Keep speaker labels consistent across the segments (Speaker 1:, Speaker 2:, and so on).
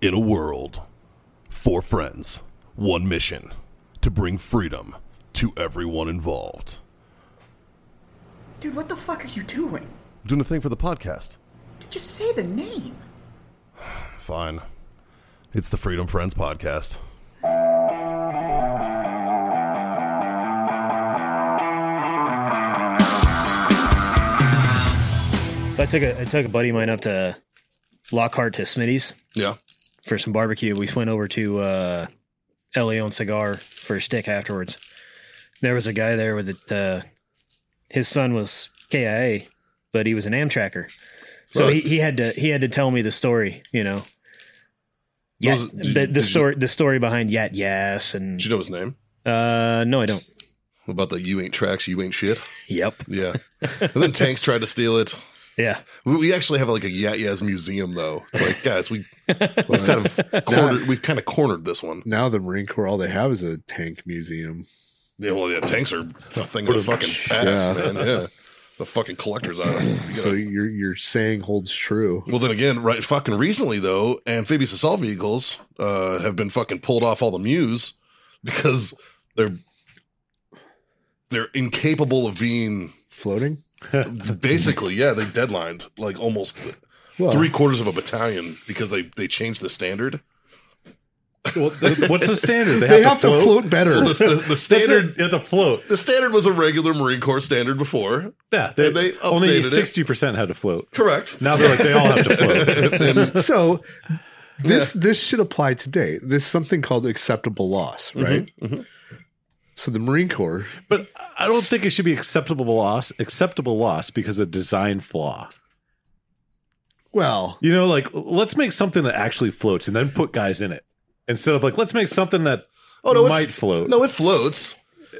Speaker 1: In a world, four friends, one mission to bring freedom to everyone involved.
Speaker 2: Dude, what the fuck are you doing?
Speaker 1: Doing a thing for the podcast.
Speaker 2: Just say the name.
Speaker 1: Fine. It's the Freedom Friends Podcast.
Speaker 3: So I took a I took a buddy of mine up to Lockhart to Smitty's
Speaker 1: Yeah.
Speaker 3: for some barbecue. We went over to uh, El Leon Cigar for a stick afterwards. There was a guy there with the, uh, his son was KIA, but he was an Amtracker, so
Speaker 1: Really?
Speaker 3: he, he had to he had to tell me the story. You know, yeah,
Speaker 1: Those- did-
Speaker 3: the,
Speaker 1: did
Speaker 3: the
Speaker 1: you-
Speaker 3: story the story behind Yat Yes and
Speaker 1: Did you know his name?
Speaker 3: uh, no, I don't.
Speaker 1: About the you ain't tracks, you ain't shit.
Speaker 3: Yep.
Speaker 1: Yeah. and then Tanks tried to steal it.
Speaker 3: Yeah.
Speaker 1: We- We actually have like a Yat Yaz museum though. It's like, guys, we, we've kind of cornered, we've kind of cornered this one.
Speaker 4: Now the Marine Corps, all they have is a tank museum.
Speaker 1: Yeah, well, yeah, tanks are a thing of the fucking past,
Speaker 4: Yeah.
Speaker 1: man. Yeah, the fucking collector's item. You gotta-
Speaker 4: So your your saying holds true.
Speaker 1: well, then again, right? Fucking recently though, amphibious assault vehicles uh, have been fucking pulled off all the Muse because they're they're incapable of being
Speaker 4: Floating.
Speaker 1: basically yeah they deadlined like almost
Speaker 4: Well,
Speaker 1: three quarters of a battalion because they they changed the standard.
Speaker 5: Well, th- what's the standard?
Speaker 4: they have to float, better.
Speaker 1: The, the, the
Speaker 5: That's it.
Speaker 1: standard
Speaker 5: You have to float.
Speaker 1: the standard was a regular Marine Corps standard before.
Speaker 5: Yeah, they,
Speaker 1: And they updated
Speaker 5: only
Speaker 1: it.
Speaker 5: sixty percent had to float.
Speaker 1: Correct.
Speaker 5: Now they're like they all have to float.
Speaker 4: so this this should apply today. There's something called acceptable loss, right? So the Marine Corps.
Speaker 5: But I don't think it should be acceptable loss. Acceptable loss because of design flaw.
Speaker 4: Well,
Speaker 5: You know, like let's make something that actually floats and then put guys in it instead of like let's make something that
Speaker 1: Oh no,
Speaker 5: might
Speaker 1: it,
Speaker 5: float.
Speaker 1: no, it floats.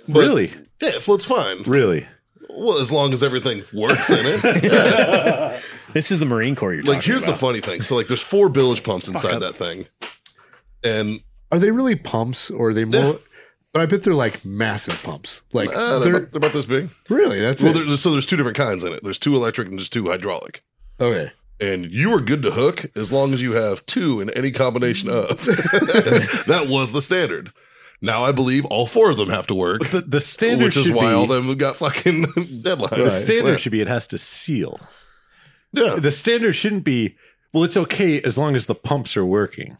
Speaker 1: but-
Speaker 5: really,
Speaker 1: Yeah, it floats fine.
Speaker 5: really.
Speaker 1: Well, as long as everything works in it. Yeah.
Speaker 3: This is the Marine Corps you're
Speaker 1: Like,
Speaker 3: talking
Speaker 1: here's the
Speaker 3: about.
Speaker 1: funny thing. So, like, there's four bilge pumps inside that thing, and
Speaker 4: are they really pumps or are they
Speaker 1: Yeah.
Speaker 4: more? But I bet they're like massive pumps. Like
Speaker 1: uh, they're,
Speaker 4: they're,
Speaker 1: about, they're about this big.
Speaker 4: really that's
Speaker 1: Well,
Speaker 4: it.
Speaker 1: there, so there's two different kinds in it. There's two electric and there's two hydraulic.
Speaker 4: Okay.
Speaker 1: And you are good to hook as long as you have two in any combination of. that was the standard. Now I believe all four of them have to work,
Speaker 5: The, the standard
Speaker 1: which is
Speaker 5: should
Speaker 1: why
Speaker 5: be
Speaker 1: all them got fucking deadlines.
Speaker 5: the standard
Speaker 1: Yeah.
Speaker 5: should be it has to seal.
Speaker 1: yeah.
Speaker 5: The standard shouldn't be well. It's okay as long as the pumps are working.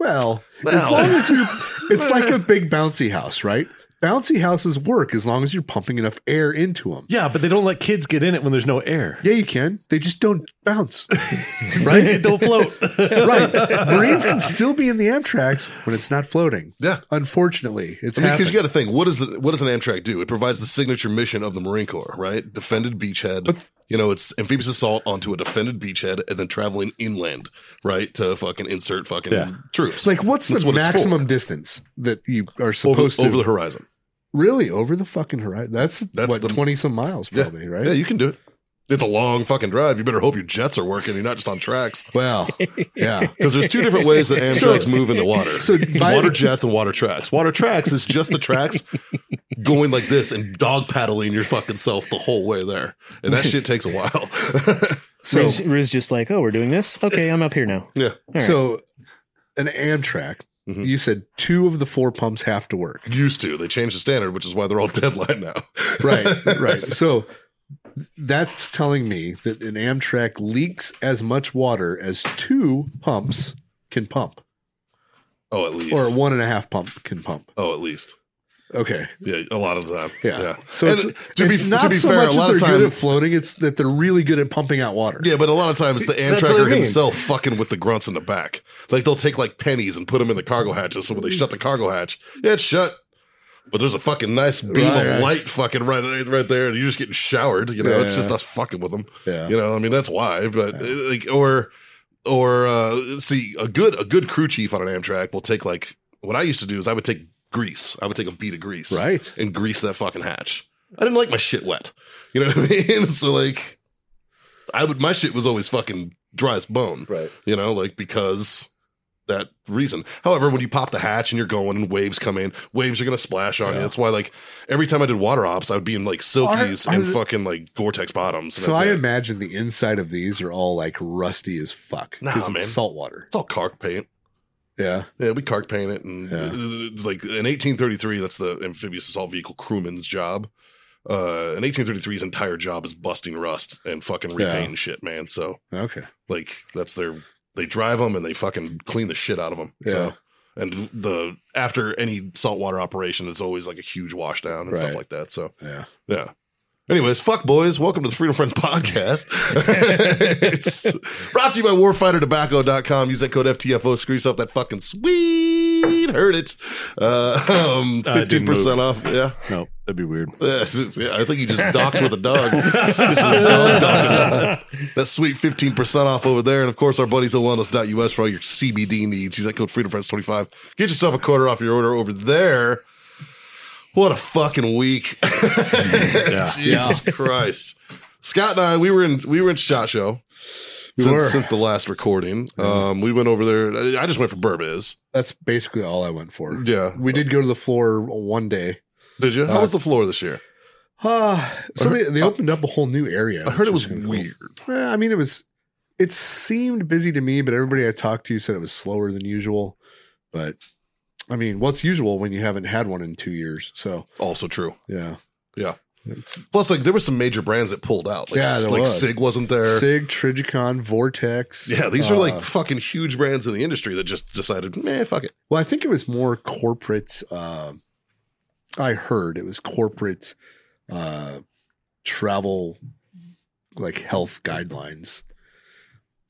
Speaker 4: Well, as
Speaker 1: Wow.
Speaker 4: long as you, it's like a big bouncy house, right? Bouncy houses work as long as you're pumping enough air into them.
Speaker 5: Yeah, but they don't let kids get in it when there's no air.
Speaker 4: Yeah, you can. They just don't bounce.
Speaker 5: Right? don't float.
Speaker 4: right. Marines can still be in the Amtrak's when it's not floating.
Speaker 1: Yeah.
Speaker 4: Unfortunately, it's
Speaker 1: I mean, because you
Speaker 4: happened.
Speaker 1: got to think, what does the, what does an Amtrak do? It provides the signature mission of the Marine Corps, right? Defended beachhead.
Speaker 4: But-
Speaker 1: you know, it's amphibious assault onto a defended beachhead and then traveling inland, right, to fucking insert fucking
Speaker 5: Yeah.
Speaker 1: troops.
Speaker 4: It's like, what's
Speaker 1: That's
Speaker 4: the
Speaker 1: what it's for.
Speaker 4: maximum distance that you are
Speaker 1: over,
Speaker 4: supposed to?
Speaker 1: over the horizon?
Speaker 4: really, over the fucking horizon. That's,
Speaker 1: That's
Speaker 4: what
Speaker 1: the-
Speaker 4: twenty some miles, probably, right?
Speaker 1: Yeah, you can do it. It's a long fucking drive. You better hope your jets are working. You're not just on tracks
Speaker 4: well, yeah.
Speaker 1: because there's two different ways that Amtrak's move in the water.
Speaker 4: so by-
Speaker 1: water jets and water tracks. Water tracks is just the tracks going like this and dog paddling your fucking self the whole way there, and that shit takes a while.
Speaker 4: So
Speaker 3: Rue's, Rue's just like, oh, we're doing this. Okay, I'm up here now.
Speaker 1: yeah.
Speaker 3: All right.
Speaker 4: so an Amtrak.
Speaker 1: Mhm.
Speaker 4: You said two of the four pumps have to work.
Speaker 1: used to. They changed the standard, which is why they're all deadline now.
Speaker 4: right right so that's telling me that an amtrak leaks as much water as two pumps can pump
Speaker 1: Oh, at least.
Speaker 4: or one and a half pump can pump
Speaker 1: oh, at least.
Speaker 4: okay
Speaker 1: Yeah, a lot of the time.
Speaker 4: yeah, so
Speaker 1: And
Speaker 4: it's, it's not so much that they're good at floating it's that they're really good at pumping out water
Speaker 1: yeah, but a lot of times the
Speaker 5: That's what I
Speaker 1: Amtracker
Speaker 5: mean.
Speaker 1: himself fucking with the grunts in the back. Like they'll take like pennies and put them in the cargo hatches. So when they shut the cargo hatch, yeah, it's shut. But there's a fucking nice beam
Speaker 4: Right,
Speaker 1: of
Speaker 4: right.
Speaker 1: light fucking right right there, and you're just getting showered. You know, it's
Speaker 4: Yeah.
Speaker 1: just us fucking with them.
Speaker 4: Yeah.
Speaker 1: You know, I mean that's why. But uh, like, or or uh, see a good a good crew chief on an Amtrak will take like what I used to do is I would take grease. I would take a bead of grease,
Speaker 4: Right.
Speaker 1: and grease that fucking hatch. I didn't like my shit wet. You know what I mean? So like, I would my shit was always fucking dry as bone.
Speaker 5: Right.
Speaker 1: You know, like because that reason. However, when you pop the hatch and you're going and waves come in, waves are gonna splash on you. That's why like every time I did water ops, I would be in like silkies
Speaker 4: Are- are
Speaker 1: and
Speaker 4: the-
Speaker 1: fucking like Gore-Tex bottoms. and
Speaker 4: so
Speaker 1: that's
Speaker 4: i
Speaker 1: it.
Speaker 4: imagine the inside of these are all like rusty as fuck
Speaker 1: Nah,
Speaker 4: because
Speaker 1: man.
Speaker 4: it's salt water
Speaker 1: It's all caulk paint.
Speaker 4: Yeah.
Speaker 1: Yeah, we cark paint it, and
Speaker 4: Yeah.
Speaker 1: uh, like in 1833, that's the amphibious assault vehicle crewman's job. Uh, in 1833, his entire job is busting rust and fucking
Speaker 4: Yeah.
Speaker 1: repainting shit, man. So
Speaker 4: Okay.
Speaker 1: like that's their they drive them and they fucking clean the shit out of them.
Speaker 4: Yeah.
Speaker 1: So and the after any saltwater operation, it's always like a huge wash down and
Speaker 4: Right.
Speaker 1: stuff like that. So
Speaker 4: Yeah.
Speaker 1: yeah. Anyways, fuck boys. Welcome to the Freedom Friends podcast. It's brought to you by warfightertobacco.com. Use that code FTFO. Screws up that fucking sweet. Heard it. Uh, um,
Speaker 5: Uh, it didn't
Speaker 1: 15% off. Yeah.
Speaker 5: No, that'd be weird.
Speaker 1: Yes, it's- yeah, I think you just docked with a dog. Just a dog docking. That's sweet 15% off over there. And of course, our buddies at wellness.us for all your CBD needs. Use that code FreedomFriends25. Get yourself a quarter off your order over there. What a fucking week. Jesus Christ. Scott and I, we were in we were in Shot Show
Speaker 4: We
Speaker 1: since,
Speaker 4: were.
Speaker 1: since the last recording. Um, we went over there. I just went for Burbiz.
Speaker 4: That's basically all I went for.
Speaker 1: Yeah.
Speaker 4: We did go to the floor one day.
Speaker 1: Did you? How was the floor this year?
Speaker 4: Uh, so they, they opened up a whole new area.
Speaker 1: I heard it was
Speaker 4: which kinda
Speaker 1: weird.
Speaker 4: Cool. Eh, I mean, it was, it seemed busy to me, but everybody I talked to said it was slower than usual. But I mean, what's usual when you haven't had one in two years? So
Speaker 1: Also true.
Speaker 4: yeah.
Speaker 1: Yeah. Plus, like there were some major brands that pulled out. Like,
Speaker 4: Yeah, there
Speaker 1: like
Speaker 4: was.
Speaker 1: Sig wasn't there.
Speaker 4: Sig, Trigicon, Vortex.
Speaker 1: Yeah, these are
Speaker 4: Uh,
Speaker 1: like fucking huge brands in the industry that just decided, man, fuck it.
Speaker 4: Well, I think it was more corporate. Uh, I heard it was corporate uh, travel, like health guidelines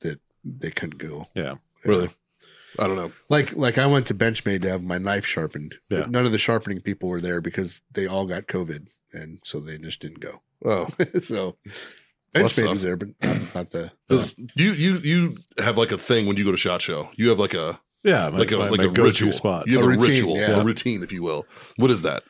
Speaker 4: that they couldn't go.
Speaker 5: Yeah.
Speaker 1: Really, I don't know.
Speaker 4: Like, like I went to Benchmade to have my knife sharpened. but
Speaker 5: Yeah.
Speaker 4: None of the sharpening people were there because they all got COVID, and so they just didn't go.
Speaker 1: Oh,
Speaker 4: so
Speaker 1: Well, that
Speaker 4: Benchmade
Speaker 1: sucks.
Speaker 4: was there, but not, not the. uh,
Speaker 1: 'Cause you you you have like a thing when you go to Shot Show. You have like a
Speaker 5: Yeah,
Speaker 1: like a like a
Speaker 5: go-to
Speaker 1: ritual.
Speaker 5: spot.
Speaker 1: You have
Speaker 4: A
Speaker 1: a,
Speaker 4: routine,
Speaker 1: ritual,
Speaker 4: yeah.
Speaker 1: a routine, if you will. What is that?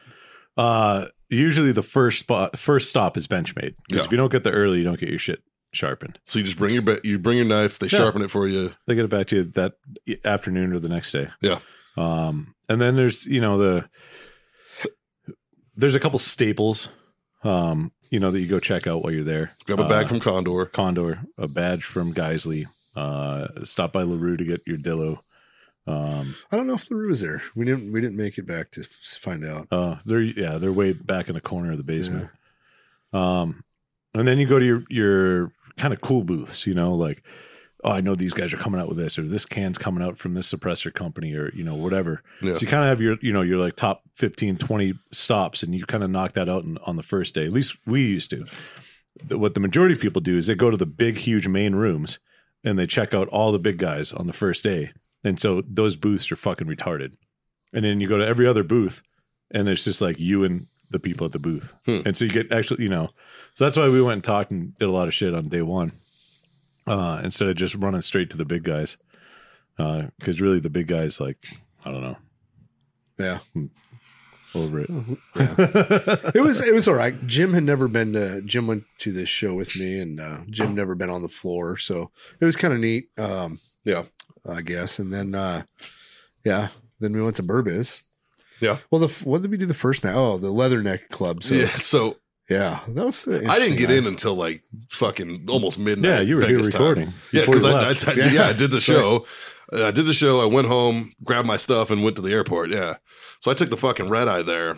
Speaker 5: Uh, usually the first spot, first stop is Benchmade. Because
Speaker 1: Yeah.
Speaker 5: if you don't get there early, you don't get your shit sharpened.
Speaker 1: So you just bring your ba- you bring your knife. They
Speaker 5: Yeah.
Speaker 1: sharpen it for you.
Speaker 5: They get it back to you that e, afternoon or the next day.
Speaker 1: Yeah.
Speaker 5: Um, and then there's you know the there's a couple staples, um, you know that you go check out while you're there.
Speaker 1: Grab a
Speaker 5: Uh,
Speaker 1: bag from Condor.
Speaker 5: Condor, a badge from Geisley. Uh, stop by Larue to get your Dillo. Um,
Speaker 4: I don't know if Larue was there. We didn't. We didn't make it back to f- find out.
Speaker 5: Uh, they're yeah, they're way back in the corner of the basement. Um, and then you go to your your kind of cool booths, you know, like oh, I know these guys are coming out with this, or this can's coming out from this suppressor company, or you know whatever.
Speaker 1: Yeah.
Speaker 5: So you kind of have your you know your like top 15, 20 stops, and you kind of knock that out in, on the first day. At least we used to. The- What the majority of people do is they go to the big, huge main rooms and they check out all the big guys on the first day. And so those booths are fucking retarded. And then you go to every other booth and it's just like you and the people at the booth.
Speaker 1: Hmm.
Speaker 5: And so you get actually, you know, so that's why we went and talked and did a lot of shit on day one uh, instead of just running straight to the big guys. Because really, the big guys, like, I don't know,
Speaker 4: Yeah.
Speaker 5: over it.
Speaker 1: Hmm.
Speaker 4: it was it was all right. Jim had never been to Jim went to this show with me, and uh, Jim never been on the floor, so it was kind of neat. Um,
Speaker 1: Yeah.
Speaker 4: I guess. And then, uh, yeah, then we went to Burbiz.
Speaker 1: Yeah.
Speaker 4: Well, the f- what did we do the first night? Oh, the Leatherneck Club. So
Speaker 1: yeah.
Speaker 4: yeah,
Speaker 1: So
Speaker 4: that was.
Speaker 1: I didn't get in until like fucking almost midnight.
Speaker 5: yeah, you were here
Speaker 1: Vegas time.
Speaker 5: recording.
Speaker 1: Yeah,
Speaker 5: before
Speaker 1: because
Speaker 5: you
Speaker 1: I, I,
Speaker 5: left.
Speaker 1: I-
Speaker 4: Yeah.
Speaker 1: yeah. I did the show. Uh, I did the show. I went home, grabbed my stuff, and went to the airport. Yeah, so I took the fucking red eye there.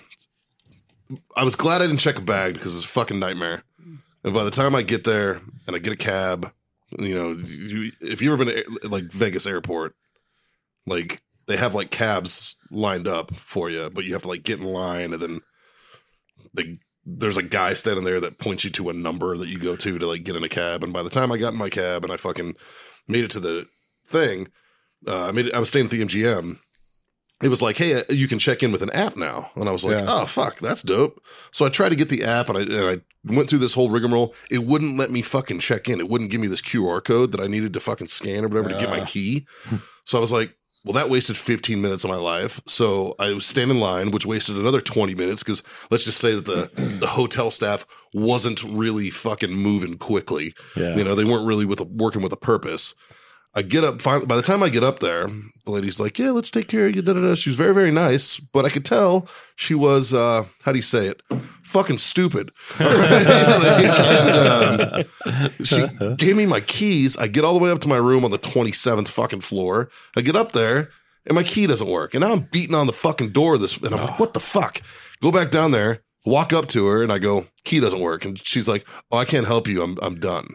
Speaker 1: I was glad I didn't check a bag because it was a fucking nightmare. And by the time I get there and I get a cab, you know, you, if you've ever been to like Vegas airport, like they have like cabs lined up for you, but you have to like get in line and then they there's a guy standing there that points you to a number that you go to to like get in a cab. And by the time I got in my cab and I fucking made it to the thing, uh, I made it, I was staying at the MGM. It was like, hey, uh, you can check in with an app now, and I was like,
Speaker 4: Yeah.
Speaker 1: oh fuck, that's dope. So I tried to get the app, and I and I went through this whole rigmarole. It wouldn't let me fucking check in. It wouldn't give me this QR code that I needed to fucking scan or whatever to get my
Speaker 4: Ah.
Speaker 1: key. so I was like, well, that wasted 15 minutes of my life. So I was standing in line, which wasted another 20 minutes because let's just say that the, the hotel staff wasn't really fucking moving quickly.
Speaker 5: Yeah.
Speaker 1: You know, they weren't really with a, working with a purpose. I get up finally. By the time I get up there, the lady's like, "Yeah, let's take care of you." Da, da, da. She was very, very nice, but I could tell she was uh, how do you say it? Fucking stupid. And, um, she gave me my keys. I get all the way up to my room on the twenty seventh fucking floor. I get up there, and my key doesn't work. And now I'm beating on the fucking door of this, and I'm like, what the fuck? Go back down there, walk up to her, and I go, key doesn't work. And she's like, oh, I can't help you. I'm I'm done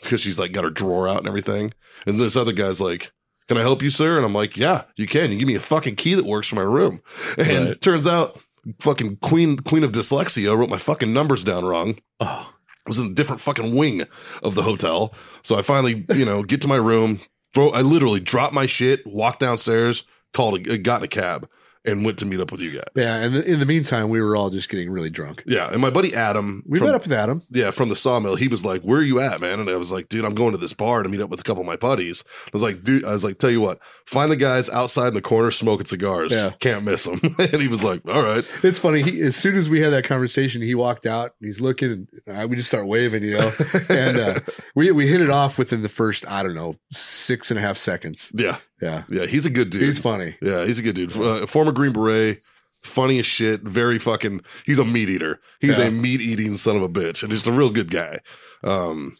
Speaker 1: because she's like got her drawer out and everything. And this other guy's like, can I help you, sir? And I'm like, yeah, you can. You give me a fucking key that works for my room. And
Speaker 5: Right.
Speaker 1: turns out, fucking queen queen of dyslexia wrote my fucking numbers down wrong.
Speaker 5: Oh,
Speaker 1: I was in a different fucking wing of the hotel. So I finally, you know, get to my room, throw, I literally dropped my shit, walked downstairs, called, a, got in a cab, and went to meet up with you guys.
Speaker 4: Yeah, and in the meantime, we were all just getting really drunk.
Speaker 1: Yeah. And my buddy Adam,
Speaker 4: We
Speaker 1: from,
Speaker 4: met up with Adam.
Speaker 1: yeah, from the sawmill, he was like, Where are you at, man? And I was like, Dude, I'm going to this bar to meet up with a couple of my buddies. I was like, Dude, I was like, Tell you what, find the guys outside in the corner smoking cigars.
Speaker 4: Yeah.
Speaker 1: Can't miss them. and he was like, All right.
Speaker 4: It's funny. He, as soon as we had that conversation, he walked out. And he's looking, and I, we just start waving, you know. and uh, we we hit it off within the first, I don't know, six and a half seconds.
Speaker 1: Yeah.
Speaker 4: Yeah,
Speaker 1: Yeah. He's a good dude.
Speaker 4: he's funny.
Speaker 1: Yeah, he's a good dude. Uh, former Green Beret, funny as shit. Very fucking. He's a meat eater. He's
Speaker 4: Yeah.
Speaker 1: a meat eating son of a bitch, and just a real good guy. Um,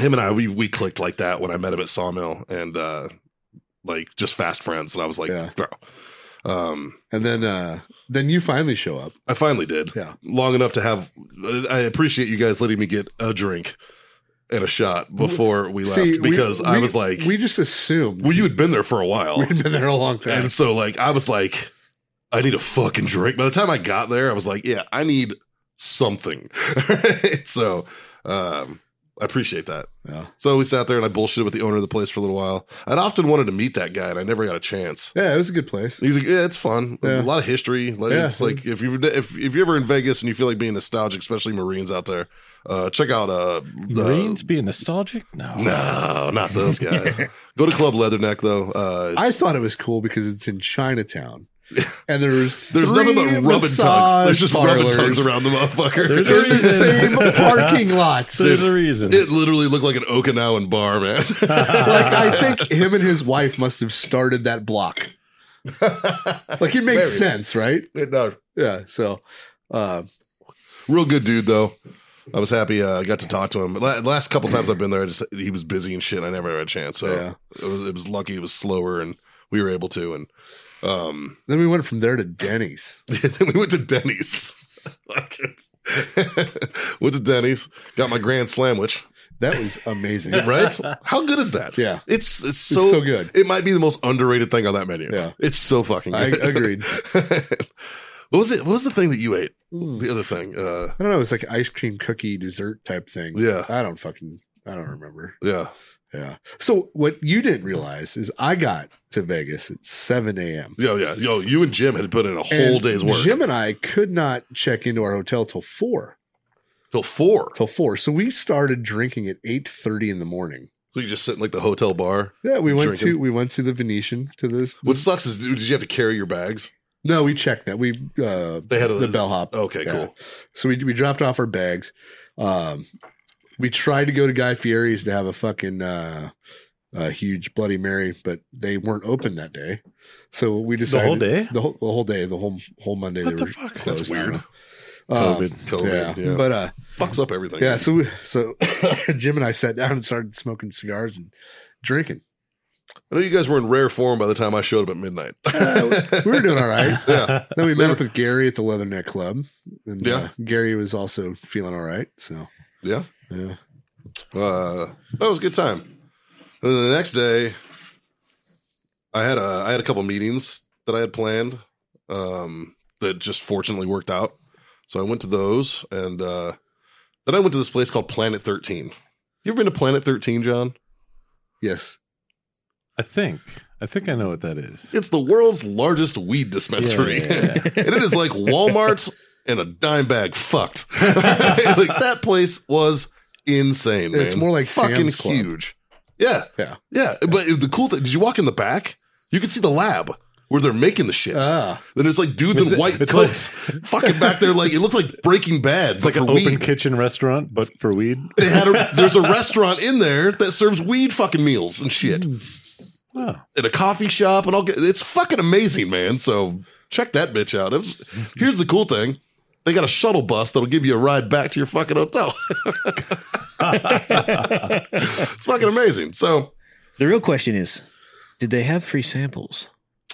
Speaker 1: him and I, we we clicked like that when I met him at Sawmill, and uh, like just fast friends. And I was like,
Speaker 4: Yeah.
Speaker 1: bro. Um,
Speaker 4: And then uh, then you finally show up.
Speaker 1: I finally did.
Speaker 4: Yeah.
Speaker 1: long enough to have. I appreciate you guys letting me get a drink and a shot before we left
Speaker 4: See, we-
Speaker 1: because I
Speaker 4: we-
Speaker 1: was like,
Speaker 4: we just assumed
Speaker 1: well, you had been there for a while.
Speaker 4: we'd been there a long time.
Speaker 1: And so like I was like, I need a fucking drink. By the time I got there, I was like, yeah, I need something. so um I appreciate that.
Speaker 4: Yeah.
Speaker 1: So we sat there and I bullshitted with the owner of the place for a little while. I'd often wanted to meet that guy and I never got a chance.
Speaker 4: yeah, it was a good place.
Speaker 1: He's like, yeah, it's fun. A
Speaker 4: Yeah.
Speaker 1: lot of history. Like,
Speaker 4: Yeah.
Speaker 1: It's like if you if if you're ever in Vegas and you feel like being nostalgic, especially Marines out there, uh, check out uh, the
Speaker 5: Marines being nostalgic? No.
Speaker 1: No, not those guys. Go to Club Leatherneck though. Uh,
Speaker 4: I
Speaker 1: it's-
Speaker 4: thought it was cool because it's in Chinatown, and there's
Speaker 1: There's nothing but
Speaker 4: three
Speaker 1: rubbing tugs.
Speaker 4: massage
Speaker 1: There's just rubbing
Speaker 4: parlors.
Speaker 1: tugs around the motherfucker.
Speaker 5: There's
Speaker 4: They're in the same
Speaker 5: Reason.
Speaker 4: parking lots.
Speaker 5: There's a reason.
Speaker 1: it literally looked like an Okinawan bar, man.
Speaker 4: like I think him and his wife must have started that block. Like it makes
Speaker 1: Maybe.
Speaker 4: sense, right?
Speaker 1: It does.
Speaker 4: Yeah. So, uh,
Speaker 1: Real good dude though. I was happy uh, I got to talk to him. La- last couple times I've been there, I just he was busy and shit. And I never had a chance. So
Speaker 4: Yeah.
Speaker 1: it, was, it was lucky it was slower and we were able to. And um,
Speaker 4: then we went from there to Denny's.
Speaker 1: then we went to Denny's. went to Denny's, got my grand sandwich.
Speaker 4: That was amazing.
Speaker 1: Right? How good is that?
Speaker 4: Yeah.
Speaker 1: it's it's so,
Speaker 4: It's so good.
Speaker 1: It might be the most underrated thing on that menu.
Speaker 4: Yeah.
Speaker 1: it's so fucking.
Speaker 4: I
Speaker 1: Good.
Speaker 4: agreed.
Speaker 1: what was it? What was the thing that you ate? The other thing. Uh,
Speaker 4: I don't know. It's like ice cream cookie dessert type thing.
Speaker 1: Yeah.
Speaker 4: I don't fucking. I don't remember.
Speaker 1: yeah.
Speaker 4: Yeah. So what you didn't realize is I got to Vegas at 7 a.m.
Speaker 1: Yo, yeah. Yo, you and Jim had put in a whole
Speaker 4: And
Speaker 1: day's work
Speaker 4: Jim and I could not check into our hotel till four.
Speaker 1: till four.
Speaker 4: Till four. So we started drinking at 8:30 in the morning.
Speaker 1: So you just sit in like the hotel bar.
Speaker 4: Yeah, we went to
Speaker 1: Drinking.
Speaker 4: we went to the Venetian to this.
Speaker 1: What sucks is, dude, did you have to carry your bags?
Speaker 4: No, we checked that. We uh
Speaker 1: They had a, Oh.
Speaker 4: the bellhop.
Speaker 1: Okay,
Speaker 4: Yeah.
Speaker 1: cool.
Speaker 4: So we we dropped off our bags. Um we tried to go to Guy Fieri's to have a fucking uh a huge Bloody Mary, but they weren't open that day. So we decided
Speaker 5: whole day?
Speaker 4: the whole, the whole day, the whole whole Monday
Speaker 5: What
Speaker 4: they
Speaker 5: the
Speaker 4: were
Speaker 5: fuck?
Speaker 4: closed.
Speaker 1: That's
Speaker 4: I don't
Speaker 1: weird.
Speaker 4: know. Um,
Speaker 5: COVID.
Speaker 1: COVID.
Speaker 4: yeah.
Speaker 1: Yeah.
Speaker 4: but uh,
Speaker 1: Fucks up everything.
Speaker 4: yeah. So we- so Jim and I sat down and started smoking cigars and drinking.
Speaker 1: I know you guys were in rare form by the time I showed up at midnight.
Speaker 4: We were doing all right.
Speaker 1: yeah.
Speaker 4: Then we met up with Gary at the Leatherneck Club, and uh,
Speaker 1: Yeah.
Speaker 4: Gary was also feeling all right. So
Speaker 1: Yeah.
Speaker 4: yeah,
Speaker 1: Uh, that was a good time. And then the next day, I had a I had a couple meetings that I had planned um, that just fortunately worked out. So I went to those, and uh, then I went to this place called Planet Thirteen. You ever been to Planet Thirteen, John?
Speaker 4: yes,
Speaker 5: I think. I think I know what that is.
Speaker 1: It's the world's largest weed dispensary,
Speaker 5: Yeah.
Speaker 1: and it is like Walmart's and a dime bag fucked. like that place was insane.
Speaker 4: It's
Speaker 1: man.
Speaker 4: more like
Speaker 1: fucking
Speaker 4: Sam's Club.
Speaker 1: huge. Yeah,
Speaker 4: yeah.
Speaker 1: Yeah, but the cool thing, did you walk in the back? You could see the lab where they're making the shit.
Speaker 4: Ah,
Speaker 1: then there's like dudes in
Speaker 5: It's-
Speaker 1: white
Speaker 5: it's
Speaker 1: coats fucking back there. Like it looked like Breaking Bad.
Speaker 5: It's like an open kitchen restaurant, but for weed. Oh.
Speaker 1: They had a, there's a restaurant in there that serves weed fucking meals and shit,
Speaker 5: Wow.
Speaker 1: and a coffee shop, and all. It's fucking amazing, man. So check that bitch out. It was- here's the cool thing. They got a shuttle bus that'll give you a ride back to your fucking hotel. it's fucking amazing. So
Speaker 3: The real question is, did they have free samples?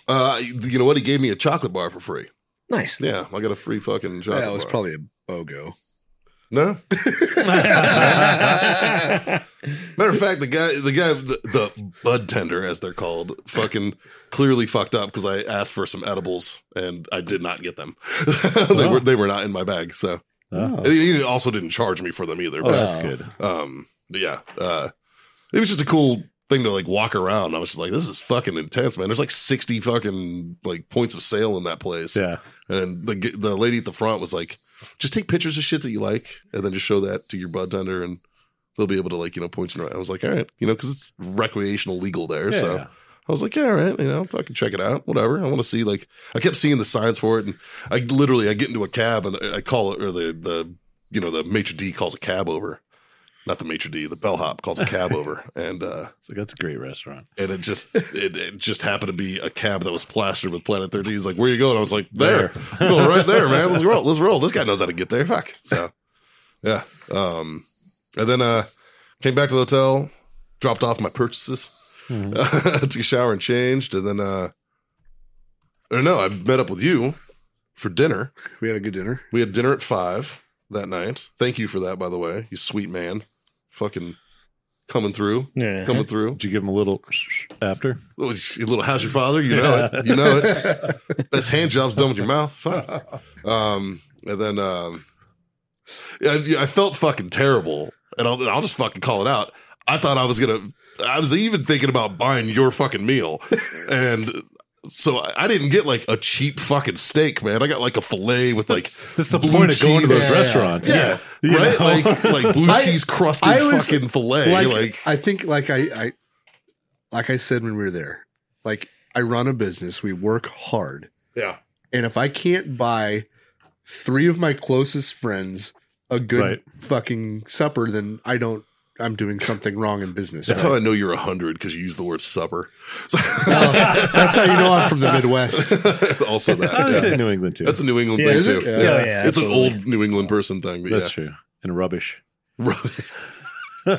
Speaker 1: Uh, you know what? He gave me a chocolate bar for free.
Speaker 3: Nice.
Speaker 1: Yeah, I got a free fucking chocolate.
Speaker 4: yeah, it was
Speaker 1: bar.
Speaker 4: probably a BOGO.
Speaker 1: no.
Speaker 3: That's
Speaker 1: Matter of fact, the guy, the guy, the, the bud tender, as they're called, fucking clearly fucked up because I asked for some edibles and I did not get them. they
Speaker 5: Wow.
Speaker 1: were they were not in my bag, so
Speaker 5: Oh,
Speaker 1: and he also didn't charge me for them either.
Speaker 5: Oh, that's
Speaker 4: Wow.
Speaker 5: good.
Speaker 1: But um, but yeah, uh, it was just a cool thing to like walk around. I was just like, this is fucking intense, man. There's like sixty fucking like points of sale in that place.
Speaker 5: Yeah.
Speaker 1: And the g- the lady at the front was like, "Just take pictures of shit that you like, and then just show that to your bud tender, and they'll be able to like you know point you." Around. I was like, "All right, you know, because it's recreational legal there."
Speaker 5: Yeah.
Speaker 1: So I was like, "Yeah, all right, you know, fucking check it out, whatever." I want to see like I kept seeing the signs for it, and I literally I get into a cab and I call it or the the you know the maitre d calls a cab over, not the maitre d, the bellhop calls a cab over, and uh
Speaker 5: It's like, that's a great restaurant.
Speaker 1: and it just it, it just happened to be a cab that was plastered with Planet 13. He's like, "Where you going?" I was like, "There, I'm going right there, man. Let's roll. Let's roll. This guy knows how to get there. Fuck." So, yeah. Um, and then uh, came back to the hotel, dropped off my purchases, took a shower and changed, and then uh, or no, I met up with you for dinner.
Speaker 4: We had a good dinner.
Speaker 1: We had dinner at five that night. Thank you for that, by the way. You sweet man, fucking coming through,
Speaker 3: Yeah.
Speaker 1: coming through.
Speaker 5: Did you give him a little after?
Speaker 1: Well, it's a little how's your father? You know it. You know it. Best hand job's done with your mouth. Fuck. Um, and then um, I, I felt fucking terrible, and I'll, I'll just fucking call it out. I thought I was gonna. I was even thinking about buying your fucking meal, and so I, I didn't get like a cheap fucking steak, man. I got like a fillet with like
Speaker 5: This is the
Speaker 1: blue
Speaker 5: point of going to
Speaker 1: cheese.
Speaker 5: those
Speaker 4: Yeah.
Speaker 5: restaurants.
Speaker 1: yeah,
Speaker 5: You
Speaker 1: right,
Speaker 5: know?
Speaker 1: like like blue
Speaker 4: I-
Speaker 1: cheese crusted
Speaker 4: I was
Speaker 1: fucking fillet,
Speaker 4: like,
Speaker 1: like
Speaker 4: I think like I, I like I said when we were there, like I run a business, we work hard.
Speaker 1: yeah.
Speaker 4: And if I can't buy three of my closest friends a good
Speaker 5: Right.
Speaker 4: fucking supper, then I don't I'm doing something wrong in business.
Speaker 1: That's
Speaker 4: right?
Speaker 1: how I know you're a hundred because you use the word supper.
Speaker 4: Oh, that's how you know I'm from the Midwest.
Speaker 1: also that.
Speaker 5: I would
Speaker 1: yeah.
Speaker 5: say New England too.
Speaker 1: That's a New England
Speaker 3: Yeah,
Speaker 1: thing
Speaker 4: is
Speaker 1: too.
Speaker 4: it? Yeah.
Speaker 3: Oh, yeah,
Speaker 1: it's an
Speaker 3: absolutely.
Speaker 1: old New England person thing. But
Speaker 5: That's true. And rubbish.
Speaker 1: yeah. Go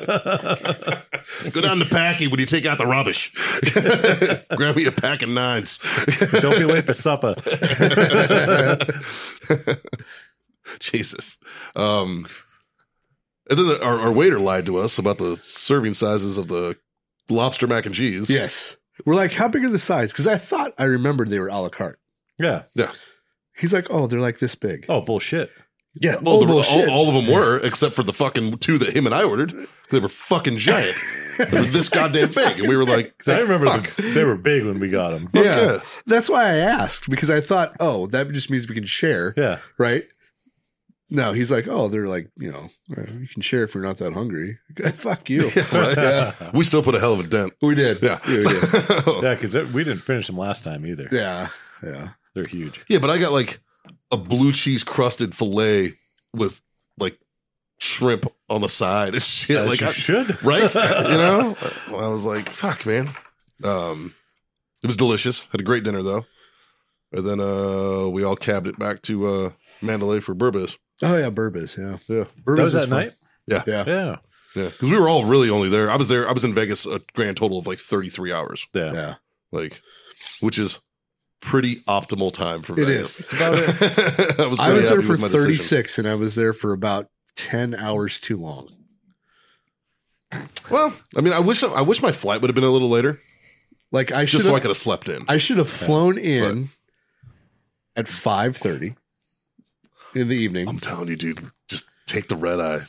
Speaker 1: down to Packy when you take out the rubbish. Grab me a pack of nines.
Speaker 5: Don't be late for supper.
Speaker 1: Jesus. Um, and then the, our, our waiter lied to us about the serving sizes of the lobster mac and cheese.
Speaker 4: yes. We're like, how big are the sides? Because I thought I remembered they were a la carte.
Speaker 5: Yeah.
Speaker 4: He's like, oh, they're like this big.
Speaker 5: Oh bullshit.
Speaker 4: yeah.
Speaker 1: Well,
Speaker 4: oh,
Speaker 1: there were-
Speaker 4: bullshit.
Speaker 1: all, all of them were, except for the fucking two that him and I ordered. They were fucking giant. they were this goddamn big. And we were like,
Speaker 5: I remember
Speaker 1: fuck.
Speaker 5: the, they were big when we got them.
Speaker 4: yeah.
Speaker 1: Okay.
Speaker 4: That's why I asked because I thought, oh, that just means we can share,
Speaker 5: Yeah.
Speaker 4: right? No, he's like, oh, they're like, you know, you can share if you're not that hungry. Fuck you.
Speaker 1: right? We still put a hell of a dent.
Speaker 4: We did.
Speaker 1: Yeah.
Speaker 4: Yeah, we did.
Speaker 1: So-
Speaker 5: Yeah, because we didn't finish them last time either.
Speaker 4: yeah. Yeah.
Speaker 5: They're huge.
Speaker 1: yeah, but I got like a blue cheese crusted filet with like shrimp on the side and shit.
Speaker 5: As
Speaker 1: like,
Speaker 5: you
Speaker 1: I,
Speaker 5: should.
Speaker 1: right? you know? I was like, fuck, man. Um, it was delicious. Had a great dinner though. And then uh, we all cabbed it back to uh, Mandalay for Burbas.
Speaker 4: Oh, yeah. Burbas. Yeah.
Speaker 1: Yeah.
Speaker 4: Burbas
Speaker 5: That was
Speaker 4: is
Speaker 5: that
Speaker 4: fun.
Speaker 5: night.
Speaker 1: Yeah.
Speaker 4: Yeah.
Speaker 5: Yeah.
Speaker 1: Yeah, because we were all really only there. I was there. I was in Vegas a grand total of like thirty three hours,
Speaker 5: Yeah.
Speaker 4: Yeah.
Speaker 1: like, which is pretty optimal time for
Speaker 4: It
Speaker 1: Vegas.
Speaker 4: is. Oh,
Speaker 1: I was,
Speaker 4: I
Speaker 1: pretty
Speaker 4: was there
Speaker 1: happy
Speaker 4: for
Speaker 1: with my decision.
Speaker 4: 36 and I was there for about 10 hours too long.
Speaker 1: Well, I mean, I wish I wish my flight would have been a little later,
Speaker 4: Like I should
Speaker 1: just so I
Speaker 4: have,
Speaker 1: could have slept in.
Speaker 4: I should have flown in at 5:30 in the evening.
Speaker 1: I'm telling you, dude, just take the red eye.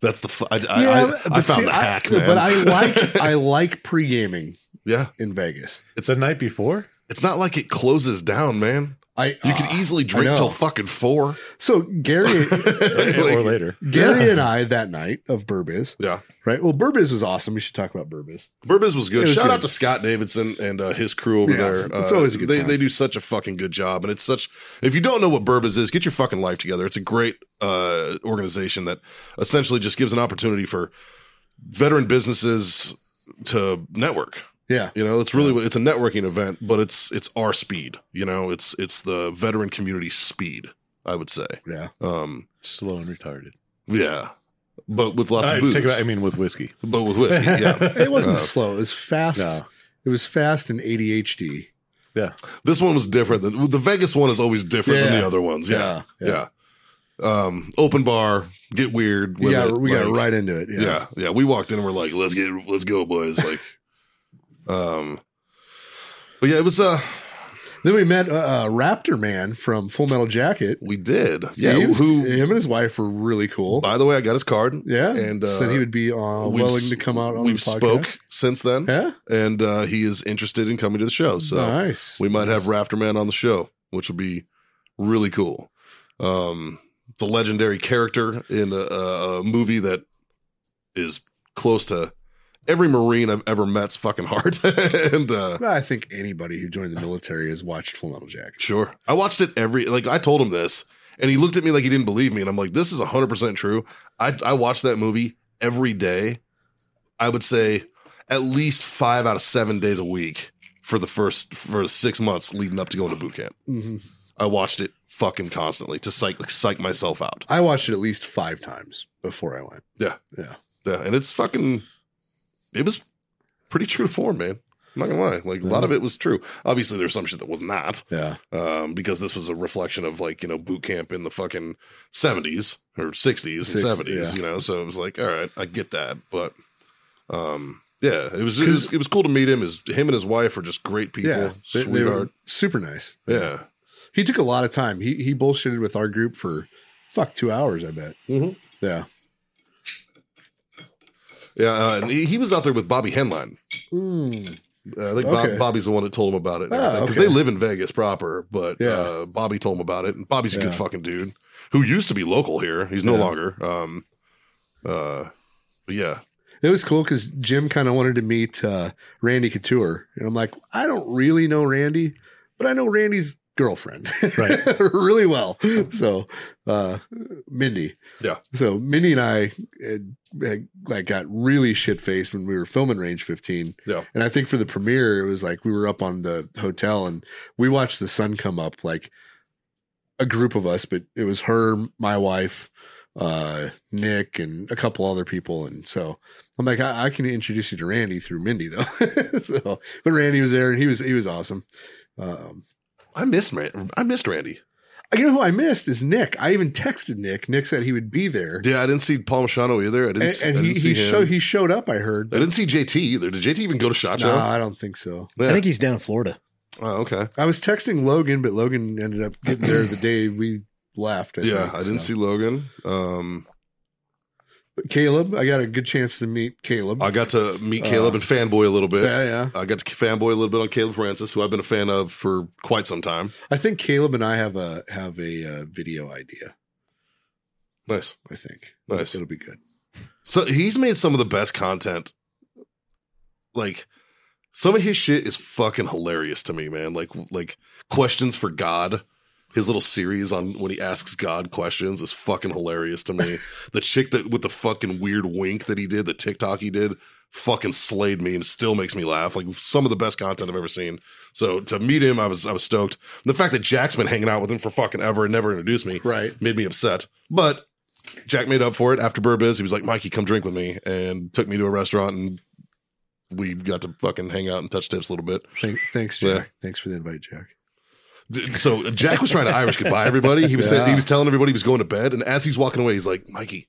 Speaker 1: That's the fu- I, I,
Speaker 4: Yeah,
Speaker 1: I, I
Speaker 4: but
Speaker 1: found
Speaker 4: see,
Speaker 1: the
Speaker 4: I-
Speaker 1: hack, man.
Speaker 4: But I like I like pre gaming
Speaker 1: yeah,
Speaker 4: in Vegas.
Speaker 5: It's the night before.
Speaker 1: it's not like it closes down, man.
Speaker 4: I
Speaker 1: You
Speaker 4: ah,
Speaker 1: could easily
Speaker 4: know.
Speaker 1: drink till fucking four.
Speaker 4: so Gary
Speaker 5: or
Speaker 1: Like,
Speaker 5: later.
Speaker 4: Gary and I that night of Burbiz,
Speaker 1: yeah,
Speaker 4: right? Well, Burbiz was awesome. We should talk about Burbiz.
Speaker 1: Burbas was good.
Speaker 4: It was
Speaker 1: Shout
Speaker 4: good.
Speaker 1: out to Scott Davidson and uh, his crew over
Speaker 4: Yeah,
Speaker 1: there.
Speaker 4: it's
Speaker 1: Uh,
Speaker 4: always a good
Speaker 1: they,
Speaker 4: time.
Speaker 1: they do such a fucking good job, and it's such. If you don't know what Burbas is, get your fucking life together. It's a great uh, organization that essentially just gives an opportunity for veteran businesses to network.
Speaker 4: Yeah,
Speaker 1: You know, it's really what it's a networking event, but it's it's our speed. You know, it's it's the veteran community speed. I would say,
Speaker 4: yeah,
Speaker 1: um,
Speaker 5: Slow and retarded.
Speaker 1: yeah, but with lots
Speaker 5: I,
Speaker 1: of booze,
Speaker 5: take it back, I mean, with whiskey.
Speaker 1: but with whiskey. Yeah,
Speaker 4: it wasn't
Speaker 1: Uh,
Speaker 4: slow. It was fast.
Speaker 5: No.
Speaker 4: It was fast and ADHD.
Speaker 5: Yeah.
Speaker 1: This one was different. than- The Vegas one is always different than
Speaker 4: Yeah.
Speaker 1: the other ones. Yeah.
Speaker 4: Yeah,
Speaker 1: Yeah. Um, open bar, get weird.
Speaker 4: We
Speaker 1: With
Speaker 4: got
Speaker 1: it,
Speaker 4: we got
Speaker 1: like-
Speaker 4: right into it. Yeah.
Speaker 1: Yeah. yeah, We walked in and we're like, let's get, let's go, boys. Like, um, but yeah, it was. Uh,
Speaker 4: Then we met uh, uh, Raptor Man from Full Metal Jacket.
Speaker 1: we did. Yeah,
Speaker 4: He was-
Speaker 1: who?
Speaker 4: him and his wife were really cool.
Speaker 1: By the way, I got his card.
Speaker 4: Yeah,
Speaker 1: and uh,
Speaker 4: said he would be uh,
Speaker 1: we've
Speaker 4: willing
Speaker 1: s-
Speaker 4: to come out on
Speaker 1: We've
Speaker 4: the podcast.
Speaker 1: spoke since then,
Speaker 4: Yeah,
Speaker 1: and uh, he is interested in coming to the show. So
Speaker 4: nice.
Speaker 1: we might have Rafterman on the show, which would be really cool. Um, it's a legendary character in a, a, a movie that is close to every Marine I've ever met's fucking heart. and uh,
Speaker 4: I think anybody who joined the military has watched Full Metal Jacket.
Speaker 1: sure, I watched it every like I told him this, and he looked at me like he didn't believe me, and I'm like, this is 100 percent true. I I watched that movie every day. I would say at least five out of seven days a week for the first for six months leading up to going to boot camp.
Speaker 4: Mhm.
Speaker 1: I watched it fucking constantly to psych like, psych myself out.
Speaker 4: I watched it at least five times before I went.
Speaker 1: Yeah, and it's fucking. It was pretty true to form, man. I'm not gonna lie. Like a lot of it was true. Obviously, there's some shit that was not,
Speaker 4: Yeah,
Speaker 1: um, because this was a reflection of like you know boot camp in the fucking 70s or 60s
Speaker 4: Six-
Speaker 1: and 70s.
Speaker 4: yeah.
Speaker 1: You know, so it was like, all right, I get that, but um, yeah, it was it was, it was cool to meet him. His him and his wife are just great people,
Speaker 4: yeah, They- they were
Speaker 1: sweetheart.
Speaker 4: super nice.
Speaker 1: yeah,
Speaker 4: He took a lot of time. He he bullshitted with our group for fuck two hours. I bet.
Speaker 1: Mhm.
Speaker 4: Yeah.
Speaker 1: yeah. Uh, and he, he was out there with Bobby Henline.
Speaker 4: Mm.
Speaker 1: Uh, I think
Speaker 4: Okay.
Speaker 1: Bob, Bobby's the one that told him about it
Speaker 4: Ah,
Speaker 1: because they
Speaker 4: okay.
Speaker 1: live in Vegas proper. But
Speaker 4: Yeah.
Speaker 1: uh, Bobby told him about it, and Bobby's a good
Speaker 4: Yeah.
Speaker 1: fucking dude who used to be local here. He's no
Speaker 4: Yeah.
Speaker 1: longer. Um, uh, but yeah,
Speaker 4: It was cool because Jim kind of wanted to meet uh, Randy Couture, and I'm like, I don't really know Randy, but I know Randy's girlfriend
Speaker 5: Right.
Speaker 4: really well. So, uh, Mindy,
Speaker 1: Yeah.
Speaker 4: So Mindy and I had, had, like got really shit faced when we were filming Range 15.
Speaker 1: Yeah.
Speaker 4: and I think for the premiere, it was like we were up on the hotel and we watched the sun come up like a group of us, but it was her, my wife, uh, Nick, and a couple other people. And so I'm like, I, I can introduce you to Randy through Mindy though. so, but Randy was there and he was he was awesome. Um,
Speaker 1: I missed Ran- I missed Randy.
Speaker 4: you know who I missed is Nick. I even texted Nick. Nick said he would be there,
Speaker 1: Yeah, I didn't see Paul Machado either. I didn't.
Speaker 4: and,
Speaker 1: s-
Speaker 4: and
Speaker 1: I
Speaker 4: he
Speaker 1: didn't see
Speaker 4: he
Speaker 1: him.
Speaker 4: showed he showed up. I heard.
Speaker 1: I didn't see JT either. Did JT even go to Shot Show?
Speaker 4: no, I don't think so.
Speaker 1: Yeah.
Speaker 3: I think he's down in Florida.
Speaker 1: oh, okay.
Speaker 4: I was texting Logan, but Logan ended up getting there the day we left.
Speaker 1: yeah,
Speaker 4: think,
Speaker 1: I didn't
Speaker 4: so.
Speaker 1: see Logan. Um,
Speaker 4: Caleb. I got a good chance to meet Caleb.
Speaker 1: I got to meet Caleb
Speaker 4: Uh,
Speaker 1: and fanboy a little bit.
Speaker 4: yeah, yeah.
Speaker 1: I got to fanboy a little bit on Caleb Francis, who I've been a fan of for quite some time.
Speaker 4: I think Caleb and I have a have a uh, video idea.
Speaker 1: Nice.
Speaker 4: I think
Speaker 1: Nice.
Speaker 4: It'll be good.
Speaker 1: So he's made some of the best content. Like some of his shit is fucking hilarious to me, man. Like like questions for God. His little series on when he asks God questions is fucking hilarious to me. the chick that with the fucking weird wink that he did, the TikTok he did, fucking slayed me and still makes me laugh. Like some of the best content I've ever seen. So to meet him, I was I was stoked. The fact that Jack's been hanging out with him for fucking ever and never introduced me
Speaker 4: Right.
Speaker 1: made me upset. But Jack made up for it after Burbiz. He was like, Mikey, come drink with me, and took me to a restaurant, and we got to fucking hang out and touch tips a little bit.
Speaker 4: Thank, thanks, Jack.
Speaker 1: Yeah.
Speaker 4: Thanks for the invite, Jack.
Speaker 1: D- So Jack was trying to Irish goodbye everybody. He was saying he
Speaker 4: Yeah.
Speaker 1: was telling everybody he was going to bed, and as he's walking away, he's like, Mikey.